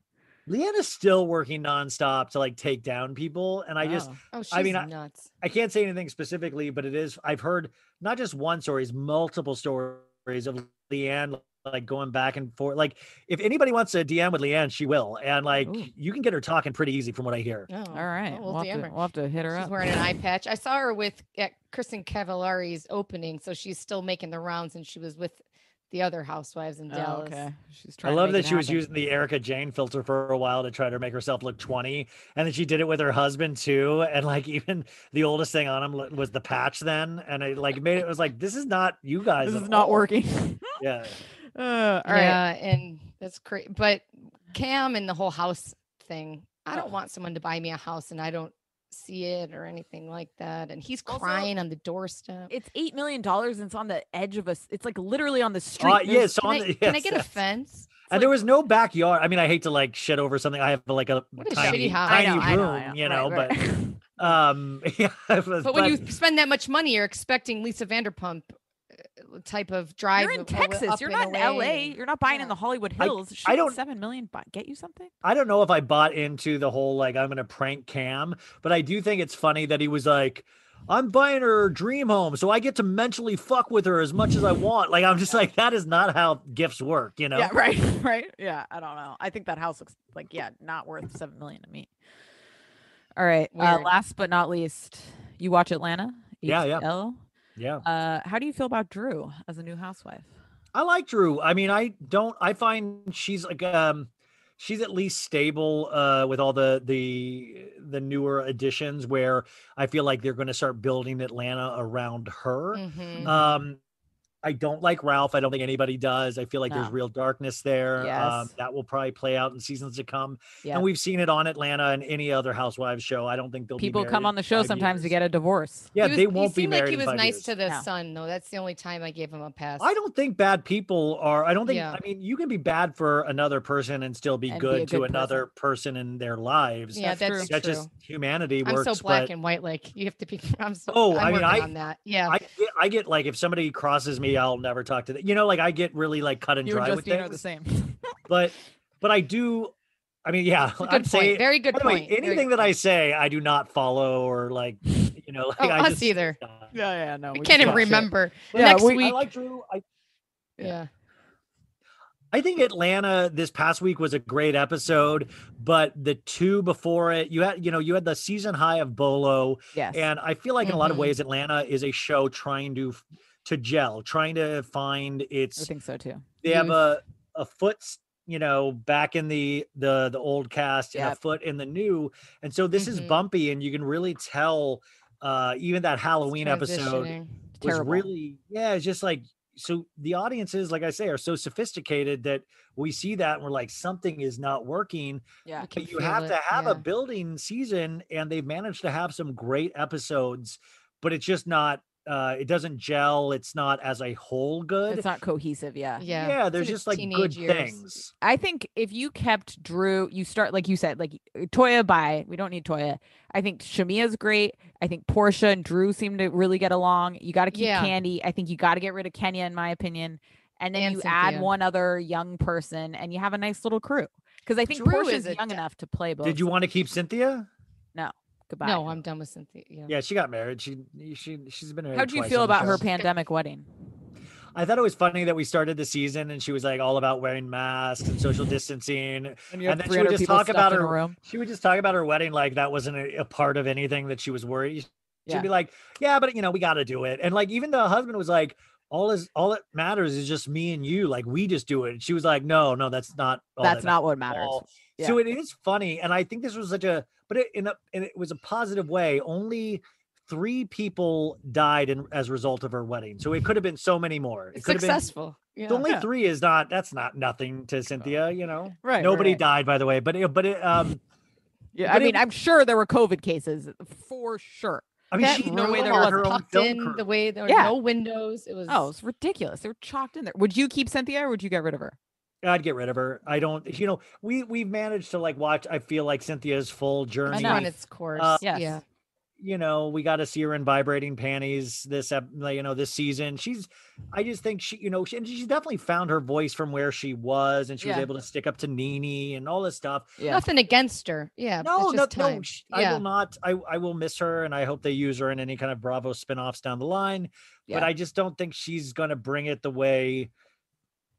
Leanne is still working nonstop to like take down people, and I just Oh. Oh, she's I mean, I- nuts. I can't say anything specifically, but it is I've heard not just one stories, multiple stories of Leanne like going back and forth. Like if anybody wants to DM with Leanne, she will, and like Ooh. you can get her talking pretty easy from what I hear. Oh, all right. Oh, we'll, well, have damn to, her. we'll have to hit her She's up. wearing an eye patch. I saw her with at Kristen Cavallari's opening, so she's still making the rounds, and she was with the other housewives in Oh, Dallas. okay. She's I trying. to love make that it she was happen. using the Erica Jane filter for a while to try to make herself look 20. And then she did it with her husband too. And like even the oldest thing on him lo- was the patch then. And it like made it was like, this is not you guys. This at is not all. working. Yeah. uh, all right. Yeah, and that's great. But Cam and the whole house thing, I don't Oh. want someone to buy me a house and I don't see it or anything like that. And he's Also, crying on the doorstep. It's eight million dollars, and it's on the edge of us. It's like literally on the street. Uh, There's- yeah. So Can, on I, the, can I yes, get a yes. fence? And Uh, there was no backyard. I mean, I hate to like shit over something. I have like a What a tiny, shitty house. I tiny know, room, I know, I know. you Right, know, right. but, um, yeah, but, But when you spend that much money, you're expecting Lisa Vanderpump uh, type of drive. you're in of- of- Texas. up You're not in away LA. and- You're not buying in Yeah. the Hollywood I- Hills. I Shouldn't don't- seven million buy, get you something. I don't know if I bought into the whole like I'm gonna prank Cam, but I do think it's funny that he was like, I'm buying her dream home, so I get to mentally fuck with her as much as I want. Like I'm just like, that is not how gifts work, you know? Yeah, right, right. Yeah, I don't know. I think that house looks like yeah, not worth seven million to me. All right. Uh, Weird. last but not least, you watch Atlanta. Yeah, yeah. HBO. Yeah. Uh, how do you feel about Drew as a new housewife? I like Drew. I mean, I don't I find she's like um she's at least stable uh with all the the the newer additions where I feel like they're gonna start building Atlanta around her. Mm-hmm. Mhm. Um, I don't like Ralph. I don't think anybody does. I feel like No. there's real darkness there. Um, Yes. that will probably play out in seasons to come. Yeah. And we've seen it on Atlanta and any other Housewives show. I don't think they'll be People married come on in the show five sometimes to years. get a divorce. Yeah, He was- they won't he be seemed like married. he in was five nice years. to the No. son, though. That's the only time I gave him a pass. I don't think bad people are. I don't think. Yeah. I mean, you can be bad for another person and still be And be good a to good another person in their lives. Yeah, That's that's, true. That's true. just humanity I'm works. so black but and white. Like you have to be. I'm so. Oh, I'm I mean, working I- on that. Yeah. I get, I get like if somebody crosses me, I'll never talk to them. You know, like I get really like cut and You dry and with Justine are the things. same. but but I do. I mean, yeah, Good I'd point. say. Very good By the way, point. Very anything good that I say, I do not follow or like, you know, like Oh, I us just, either. Yeah. yeah, yeah, no. point. I just can't even talk shit. remember. Yeah, Next we- I week. I like Drew. I, Yeah. yeah. I think Atlanta this past week was a great episode, but the two before it, you had you know you had the season high of Bolo, Yes. and I feel like in a lot of Mhm. ways Atlanta is a show trying to f- to gel, trying to find I its think so too. they have a a foot s- you know back in the the the old cast and a Yep. foot in the new and so this Mhm. is bumpy and you can really tell uh even that halloween episode Transitioning. was Terrible. really yeah it's just like so the audiences like i say are so sophisticated that we see that and we're like something is not working yeah. can but you feel have it, to have yeah. a building season and they've managed to have some great episodes but it's just not uh it doesn't gel it's not as a whole good It's not cohesive. Yeah. Yeah. yeah, there's in its just like teenage good years. things. I think if you kept Drew, you start like you said, like uh, Toya by we don't need Toya. I think Shamia's great. I think Portia and Drew seem to really get along. You got to keep Yeah. Candy. I think you got to get rid of Kenya, in my opinion. And then And you add Cynthia. one other young person, and you have a nice little crew. Because I think Drew is Portia's a young de- enough to play both. Did you want to keep Cynthia? Goodbye. No, I'm done with Cynthia. Yeah. Yeah, she got married. She she she's been married. How do you twice feel on the about her show. pandemic wedding? I thought it was funny that we started the season and she was like all about wearing masks and social distancing. you And have then she would 300 just people talk stuffed about in a her- room. She would just talk about her wedding like that wasn't a, a part of anything that she was worried. She'd Yeah. be like, "Yeah, but you know, we got to do it." And like even the husband was like, "All is all that matters is just me and you. Like we just do it." And she was like, "No, no, Oh, that's not. All That's that not what matters at matters. all." So it is funny, and I think this was such a but it, in a and it was a positive way. Only three people died in, as a result of her wedding, so it could have been so many more. It It's could have been successful. Yeah. the only Yeah. three is not that's not nothing to Cynthia, you know. Right. Nobody right. died, by the way, but it, but it, um, Yeah, I But mean, it- I'm sure there were COVID cases for sure. I mean, That she no room way there was her own tucked film in crew. the way there were Yeah. no windows. It was Oh, it's ridiculous. They were chalked in there. Would you keep Cynthia or would you get rid of her? I'd get rid of her. I don't, you know, we we've managed to like watch. I feel like Cynthia's full journey. it's know. run its course. Uh, yes. Yeah. you know, we got to see her in vibrating panties this, ep- like, you know, this season. She's, I just think she, you know, she, and she's definitely found her voice from where she was, and she was Yeah. able to stick up to Nini and all this stuff. Yeah. Nothing against her. Yeah. No, it's no, just no, time. sh- I Yeah. will not. I, I will miss her, and I hope they use her in any kind of Bravo spinoffs down the line. But Yeah. I just don't think she's going to bring it the way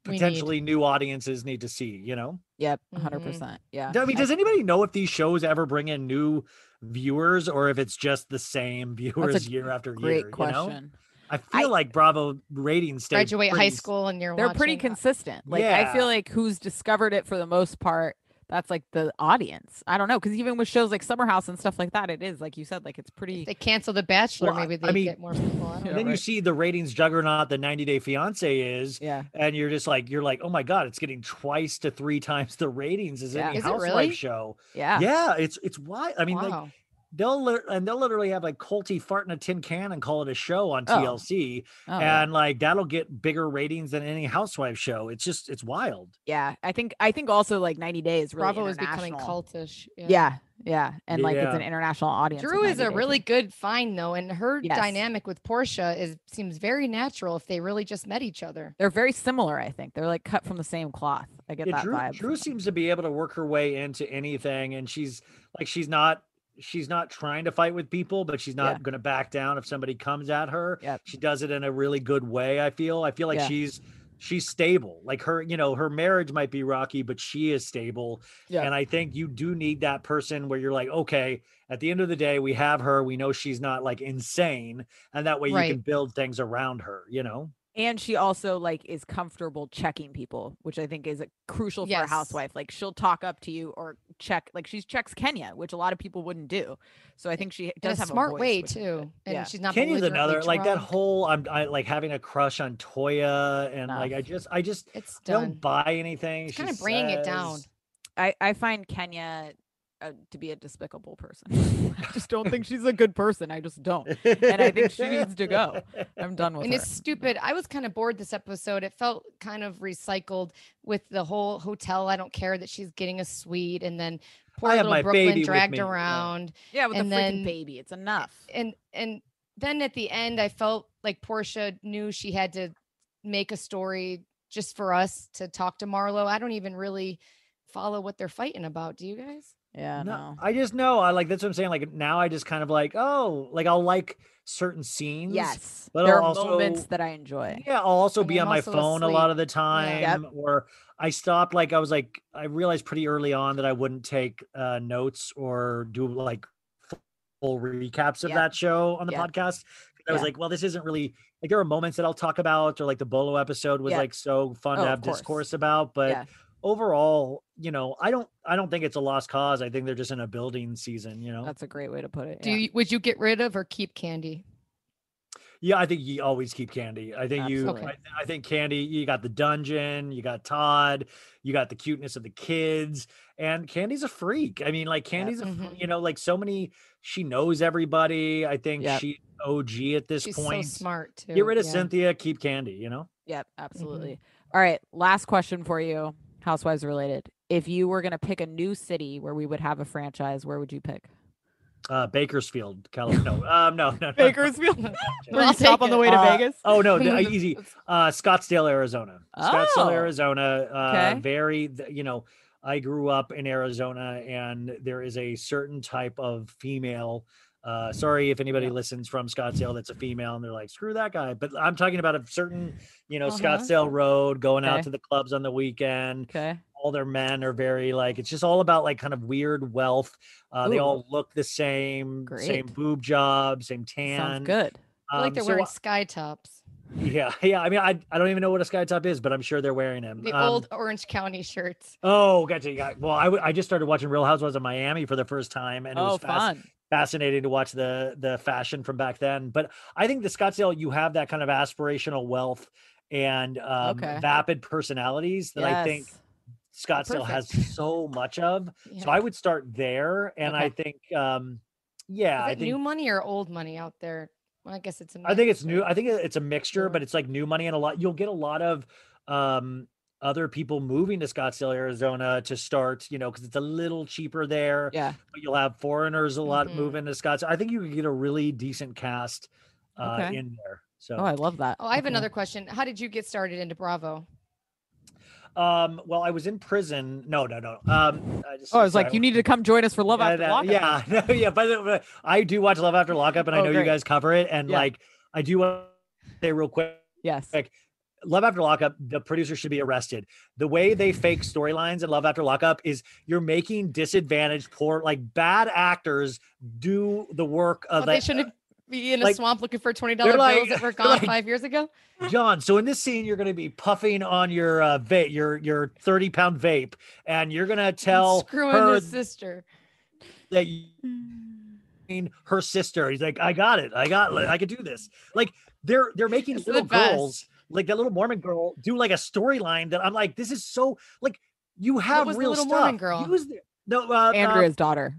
We need. potentially new audiences need to see. You know, Yep. 100%. Mhm. Yeah. I mean, does anybody know if these shows ever bring in new viewers, or if it's just the same viewers year after Great year? You know? question. I feel like Bravo ratings stay Graduate high pretty s- school and you're They're pretty watching, uh, consistent. Like, I feel Yeah. like who's discovered it for the most part, that's like the audience. I don't know. Cause even with shows like Summer House and stuff like that, it is, like you said, like it's if pretty. they cancel the bachelor, Well, I- maybe I they mean- get more people. I don't Yeah, And then you right. see the ratings juggernaut the 90 Day Fiance is, Yeah. and you're just like, you're like, oh my god, it's getting twice to three times the ratings as Yeah. any Is it housewife really? show. Yeah. Yeah, it's it's wild. I mean, like Wow. they'll lit- and they'll literally have like Colty fart in a tin can and call it a show on Oh. TLC, Oh, yeah. and like that'll get bigger ratings than any housewife show. It's just it's wild. yeah. I think, I think also like 90 Days really Bravo is becoming international. cultish. Yeah. Yeah. And like it's Yeah. an international audience. with Drew is 90 a Day really Fiancé. good find though, and her Yes. dynamic with Portia is seems very natural if they really just met each other. They're very similar, I think. They're like cut from the same cloth. I get that Drew, vibe. Drew seems to be able to work her way into anything, and she's like she's not she's not trying to fight with people, but she's not going to back down if somebody comes at her. Yep. She does it in a really good way. I feel. I feel like Yeah. she's she's stable. Like her, you know, her marriage might be rocky, but she is stable. Yeah. And I think you do need that person where you're like, okay, at the end of the day, we have her. We know she's not like insane, and that way Right. you can build things around her. You know. and she also like is comfortable checking people which i think is like, crucial for a Yes. housewife like she'll talk up to you or check like she checks kenya which a lot of people wouldn't do so i think she In a does have smart a voice, way which is good. too, and Yeah. she's not. Kenya's belligerently another like that drunk. whole I'm I, like having a crush on Toya and like I Enough. just I just It's I done. don't buy anything. It's she kinda bringing it down. says. I, I find kenya uh, to be a despicable person i just don't think she's a good person i just don't And I think she needs to go. i'm done Oh, with and her it's stupid. I was kind of bored this episode. It felt kind of recycled with the whole hotel. I don't care that she's getting a suite, and then poor have little my baby Brooklyn with dragged me, yeah. around, yeah with and the freaking then- baby it's enough and and then at the end, I felt like Portia knew she had to make a story just for us to talk to Marlo. I don't even really follow what they're fighting about. Do you guys? yeah no, No, I just know I like that's what I'm saying. Like now I just kind of like, oh, like I'll like certain scenes. Yes. but there are I'll also- moments that I enjoy. Yeah, I'll also And be I'm on my also phone a asleep. lot of the time. Yep. Or I stopped, like, I was like, I realized pretty early on that I wouldn't take uh, notes or do like full recaps of Yep. that show on the Yep. podcast. I was Yeah. like, well, this isn't really like there are moments that I'll talk about, or like the Bolo episode was Yep. like so fun Oh, to of have course. discourse about. But Yeah. overall, you know, I don't, I don't think it's a lost cause. I think they're just in a building season. You know, That's a great way to put it. Do yeah. you, would you get rid of or keep candy? Yeah, I think you always keep candy. I think you, Absolutely. I, I think candy. You got the dungeon, you got Todd, you got the cuteness of the kids, and Candy's a freak. I mean, like Candy's, a, fr- Mhm. you know, like so many. She knows everybody. I think Yep. she's OG at this She's point. so smart too. Get rid of yeah. Cynthia. Keep Candy. You know, Yep, Mm-hmm. absolutely. All right, last question for you, Housewives related. If you were going to pick a new city where we would have a franchise, where would you pick? uh, Bakersfield, California. No, um, no, no, no, no. Bakersfield. Where I'll you stop take on the it. way to Uh, Vegas? Oh no, the- uh, easy. Uh, Scottsdale, Arizona. Oh, Scottsdale, Arizona. Uh, okay. Very, th- you know, I grew up in Arizona, and there is a certain type of female. Uh, sorry if anybody Yeah. listens from Scottsdale that's a female and they're like, screw that guy. But I'm talking about a certain, you know, Uh-huh. Scottsdale Road, going Okay. out to the clubs on the weekend. Okay. All their men are very like, it's just all about like kind of weird wealth. Uh, they all look the same, same Great. boob job, same tan. Sounds good. I feel like Um, they're so wearing I- sky tops. yeah, yeah. I mean, I, I don't even know what a sky top is, but I'm sure they're wearing them. The Um, old Orange County shirts. Oh, gotcha. Yeah. Well, I, w- I just started watching Real Housewives of Miami for the first time, and it Oh, was fas- fun. fascinating to watch the the fashion from back then. But I think the Scottsdale, you have that kind of aspirational wealth and um, Okay. vapid personalities that I think Yes. Scottsdale has perfect. so much of. Yeah. So I would start there, and I think, um, yeah, Is I it think new money or old money out there? Well, I guess it's. A I think it's mix, new. right? I think it- it's a mixture, Sure. but it's like new money and a lot. You'll get a lot of um, other people moving to Scottsdale, Arizona to start, you know, because it's a little cheaper there. Yeah. Mm-hmm. But you'll have foreigners a lot Mhm. moving to Scottsdale. I think you could get a really decent cast uh, Okay. in there. So, Oh, I love that. Oh, I have Okay. another question. How did you get started into Uh, Bravo? um, well, I was in prison. No, no, no. Um, I just, Oh, I was sorry, like, you need to come join us for Love yeah, After that- Lockup. Yeah, no, yeah. By the way, I do watch Love After Lockup, and I Oh, know great. you guys cover it. And Yeah. like, I do want to say real quick. Yes. Like, Love After Lockup, the producer should be arrested. The way they fake storylines in Love After Lockup is you're making disadvantaged, poor, like bad actors do the work of Well, the- they shouldn't be in a uh, like, swamp looking for twenty dollar like- bills that were they're gone like- five years ago. uh, John. So in this scene, you're going to be puffing on your uh, vape, your your 30 pound vape, and you're going to tell screwing her his sister. that you Mm. mean her sister. He's like, I got it. I got. I could do this. Like they're they're making It's the little best. girls like that little Mormon girl do like a storyline that I'm like, this is so like you have was the real little stuff. Mormon girl? Use the, no, uh, Andrea's daughter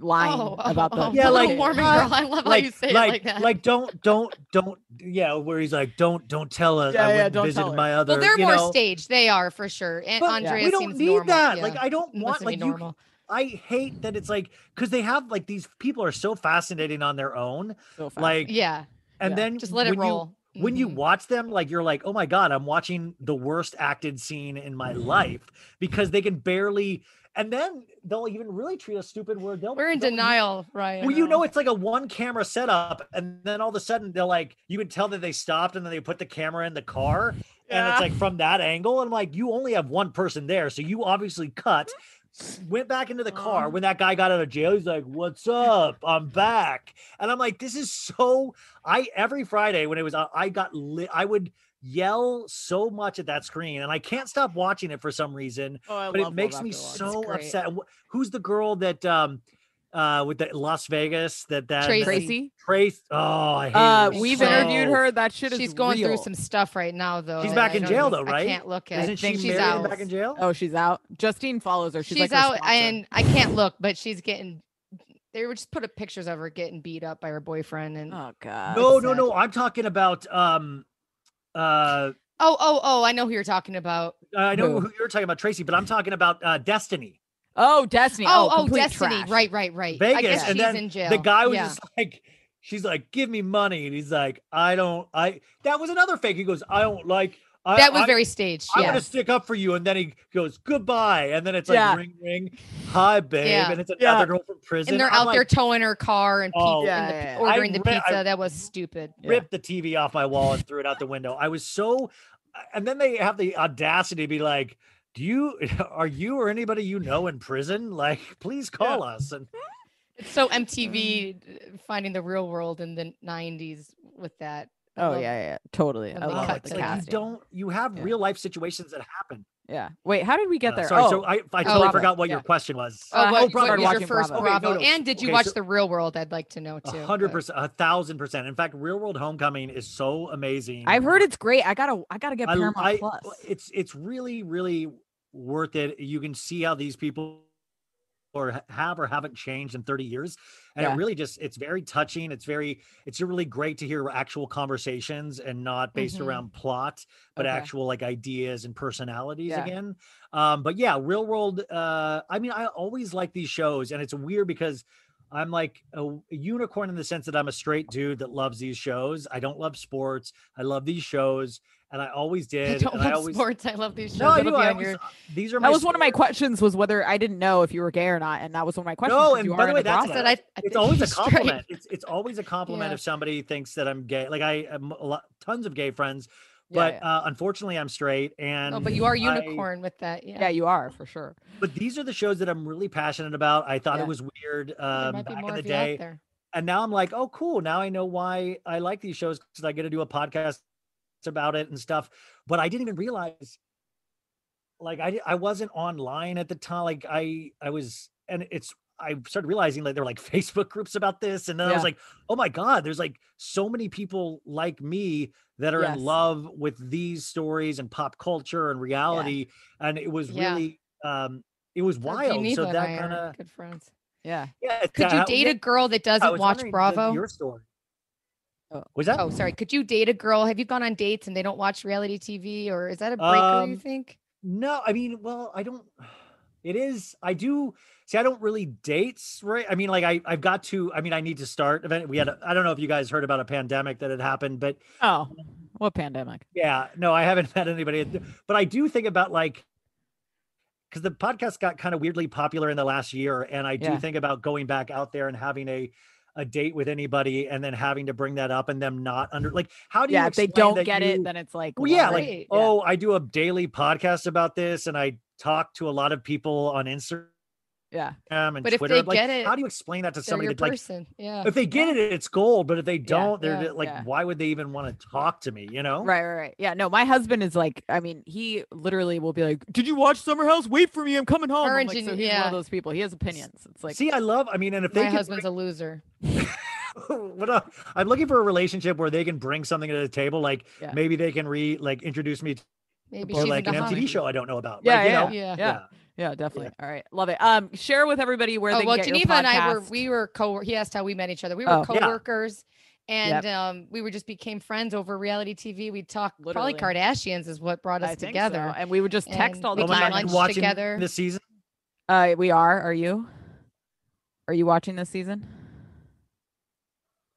lying Oh, about the. oh, Yeah, oh, like- Mormon uh, girl. I love how you like, say it like, like that. like, don't, don't, don't, yeah, where he's like, don't, don't tell us. Yeah, I yeah, went and don't visited tell her. my other. well, they're you more know, staged. They are for sure. And But Andrea we don't seems need normal. that. Yeah. Like, I don't Must want be like you. normal. I hate that it's like because they have like these people are so fascinating on their own. So fast. Like, yeah, and yeah. then just let it when you- roll. when you Mhm. watch them like you're like oh my god i'm watching the worst acted scene in my life because they can barely and then they'll even really treat us stupid where they'll we're in they'll- denial, Ryan. well you know it's like a one camera setup and then all of a sudden they're like you can tell that they stopped and then they put the camera in the car and Yeah. it's like from that angle and i'm like you only have one person there so you obviously cut s- went back into the car Um. when that guy got out of jail he's like what's up i'm back and i'm like this is so i every friday when it was on, i got lit i would yell so much at that screen and i can't stop watching it for some reason Oh, I but love it Love makes me After Lockup. so great. upset And wh- who's the girl that um uh with the las vegas that that Tracy. Tracy. trace oh i hate her Uh, She's we've so- interviewed her. That shit is she's going real. through some stuff right now, though. She's that back I in don't jail, even- though, I right? can't look at. isn't she think married she's and out. back in jail Oh, she's out. Justine follows her. She's, She's, like her out, sponsor. and I can't look, but she's getting. They were just put up pictures of her getting beat up by her boyfriend, and oh, oh god. no that's no sad. no i'm talking about um uh oh, oh, I know who you're talking about. i know Who? who you're talking about tracy but i'm talking about uh destiny Oh, Destiny. Oh, oh, complete Destiny, trash. right, right, right. I Vegas, guess and she's then in jail. the guy was yeah. just like she's like give me money and he's like i don't i that was another fake he goes i don't like I, that was I- very staged. I'm yeah. gonna stick up for you, and then he goes goodbye, and then it's like Yeah. ring ring, hi babe, Yeah. and it's Yeah. another girl from prison. and they're I'm out like, there towing her car and pizza Oh, and yeah, the, yeah, p- yeah. ordering the I re- I- pizza. that was stupid. Yeah. ripped the TV off my wall and threw it out the window. I was so, and then they have the audacity to be like, "Do you are you or anybody you know in prison? Like, please call us." And It's so MTV uh, finding the real world in the '90s with that. I Oh love- yeah, yeah, totally. when I they love oh, cut it. it's the like, you casting. don't. You have Yeah. real life situations that happen. Yeah. Wait, how did we get Uh, there? sorry, oh, so I, I Oh, totally Bravo. forgot what your Yeah. question was. Oh, Uh, what, oh, what Bravo, was watching your first Bravo. Bravo? Okay, no, no. And did you Okay, watch so- The Real World? I'd like to know A too. hundred but- percent, a thousand percent. In fact, Real World Homecoming is so amazing. I've heard it's great. I gotta, I gotta get I- Paramount I- Plus. It's it's really really worth it. You can see how these people or ha- have or haven't changed in 30 years and Yeah. it really just it's very touching it's very it's really great to hear actual conversations and not based Mhm. around plot but Mm-hmm. Okay. actual like ideas and personalities Yeah. again um but yeah real world uh i mean i always like these shows and it's weird because i'm like a, w- a unicorn in the sense that i'm a straight dude that loves these shows i don't love sports i love these shows and i always did I don't and love I always, sports. I love these shows. no, I That'll do. be I on always- your- these are my that was one of my stories. questions. Was whether I didn't know if you were gay or not, and that was one of my questions. No, 'cause and you by are the in way, that's I Bronx. said I, I think it's always a he's straight. compliment. It's it's always a compliment Yeah. if somebody thinks that I'm gay. Like I have a lot, tons of gay friends, Yeah, but yeah. Uh, unfortunately, I'm straight. And No, but you are I- unicorn with that. Yeah. yeah, you are for sure. but these are the shows that I'm really passionate about. I thought Yeah. it was weird There um, might be back more in the of you out day, there. and now I'm like, oh, cool. Now I know why I like these shows because I get to do a podcast about it and stuff. But I didn't even realize, like, I di- I wasn't online at the time. Like, I I was, and it's I started realizing like there were like Facebook groups about this, and then I Yeah. was like, oh my god, there's like so many people like me that are Yes. in love with these stories and pop culture and reality, and it was Yeah. really um it was So wild. Geneva So and I that are kind of good friends. Yeah. yeah. it's Could kinda you how- date yeah, a girl that I doesn't was watch wondering the- Bravo? Your story. Oh. Was that? Oh, sorry. Could you date a girl? Have you gone on dates and they don't watch reality TV, or is that a breaker? you Um, think? No, I mean, well, I don't. It is. I do. See, I don't really date, right? I mean, like, I I've got to. I mean, I need to start. event- We had. A, I don't know if you guys heard about a pandemic that had happened, but Oh, what pandemic? yeah, no, I haven't met anybody. at the- But I do think about like, because the podcast got kind of weirdly popular in the last year, and I do Yeah. think about going back out there and having a a date with anybody, and then having to bring that up, and them not under like, how do you? Yeah, if they explain don't that get you- it, then it's like, well, yeah, what? like Right, yeah. oh, I do a daily podcast about this, and I talk to a lot of people on Instagram yeah, and But if Twitter. they I'm like, get it, how do you explain that to They're somebody? your That, like, person. yeah. if they get it, it's gold. But if they don't, they're yeah, just, like, yeah. why would they even want to talk to me? You know? right, right, right. Yeah, no, my husband is like, I mean, he literally will be like, "Did you watch Summer House? Wait for me, I'm coming home." I'm Orange like, and- so he's one yeah. of those people. He has opinions. It's like, See, I love. I mean, and if they My can husband's a loser. what a, I'm looking for a relationship where they can bring something to the table. Like Yeah. maybe they can re like introduce me to Maybe or she's like an into MTV hunting. show I don't know about. yeah, like, you yeah, know? Yeah. yeah, yeah, yeah, definitely. All right, love it. Um, share with everybody where they Oh, can well, get your Geneva and I were podcast. we were co. He asked how we met each other. We were Oh. Yeah. coworkers, and um, we were just became friends over reality TV. We talked Literally. probably Kardashians is what brought us I think so, together. and we would just text and all we the Oh my can time. God, you're lunch watching together. this season. Uh, we are. Are you? Are you watching this season?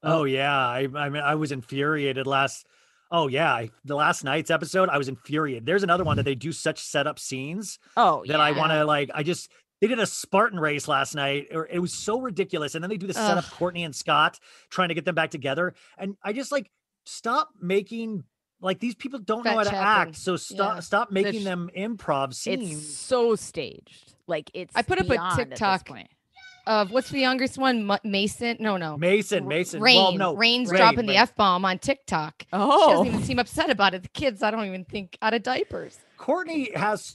Oh. Oh yeah, I I mean I was infuriated last. Oh yeah, I, the last night's episode I was infuriated. There's another one that they do such setup scenes Oh, that yeah. I want to like. I just they did a Spartan race last night. Or it was so ridiculous, and then they do the setup Ugh. Courtney and Scott trying to get them back together, and I just like stop making like these people don't know how to Fat-chapping. act. So stop Yeah. stop making sh- them improv It's scenes. so staged. Like it's. I put up a beyond at this TikTok. point. Of what's the youngest one? Ma- Mason? No, no. Mason R- Mason. Rain. well, no, Rain's Rain, dropping the Rain. f bomb on TikTok. She Oh, doesn't even seem upset about it. The kids, I don't even think out of diapers. Courtney has so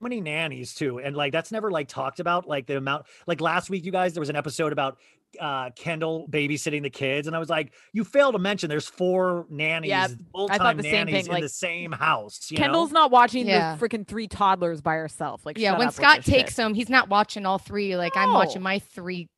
many nannies too, and like that's never like talked about. Like the amount, like last week, you guys, there was an episode about uh Kendall babysitting the kids, and I was like, you failed to mention there's four nannies, full time the same nannies thing, in like, the same house. You Kendall's know? not watching Yeah. the freaking three toddlers by herself. Like, yeah, shut when up with Scott this shit. takes them, he's not watching all three. Like I'm watching No. my three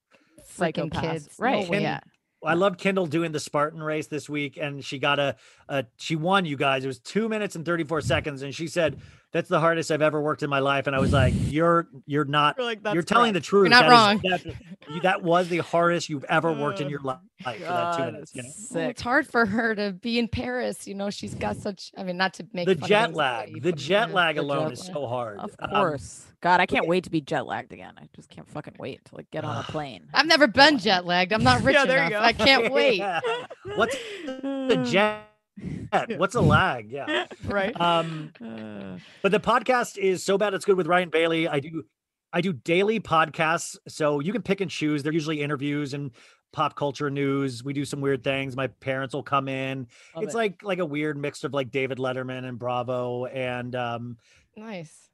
freaking Psychopaths. kids. No right? way. yeah, I love Kendall doing the Spartan race this week, and she got a, a she won. You guys, it was two minutes and thirty four seconds, and she said, that's the hardest I've ever worked in my life. And I was like, you're you're not You're like that's you're telling the truth. not Oh That is- that- you- that was the hardest you've ever worked in Uh, your li- life. for that two God, minutes, you know? Well, sick. it's hard for her to be in Paris. You know, she's got such. I mean, not to make The fun of jet anybody, lag, the but, jet yeah, lag the alone jet is lag. so hard. Of Um, course. God, I can't wait to be jet lagged again. I just can't fucking wait to like get on a plane. I've never been jet lagged. I'm not rich Yeah, there you enough. go. I can't wait. yeah. What's the jet? What's a lag? Yeah. right? Um, But the podcast is so bad it's good with Ryan Bailey. I do I do daily podcasts, so you can pick and choose. They're usually interviews and pop culture news. We do some weird things. My parents will come in. it's like like a weird mix of like David Letterman and Bravo and um Nice.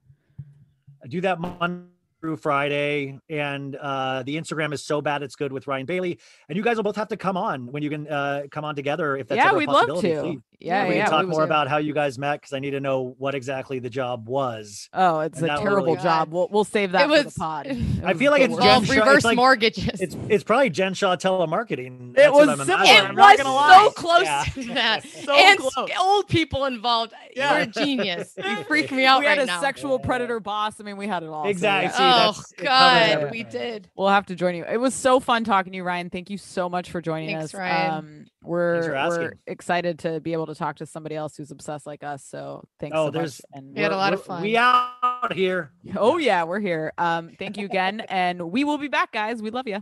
I do that Monday through Friday. And uh, the Instagram is so bad it's good with Ryan Bailey. And you guys will both have to come on when you can uh, come on together if that's yeah, ever a we'd love possibility, please. to. Yeah, Yeah, yeah. We yeah, we can talk would more do. about how you guys met because I need to know what exactly the job was. Oh, it's And a that will terrible really- job. We'll we'll save that for was- the pod. It I was feel like the it's worst. Jen Involve Shaw- it's reverse like- mortgages. It's it's probably Jen Shaw telemarketing. It That's what was I'm similar. imagining. I'm it not was gonna so lie. close Yeah. to that. so and s- close. old people involved. Yeah. You're a genius. You freak me out we right had a now. sexual Yeah. predator boss. I mean, we had it all. so Exactly. yeah. See, oh that's- it covers God, we everything. did. We'll have to join you. It was so fun talking to you, Ryan. Thank you so much for joining Thanks, us. Ryan. Um, we're, for we're asking. excited to be able to talk to somebody else who's obsessed like us. So thanks Oh, so there's- much. And We had a we're- lot of We're- fun. We out here. oh yeah, we're here. Um, thank you again, and we will be back, guys. We love you.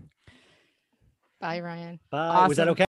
Bye, Ryan. Bye. Was that Awesome. okay?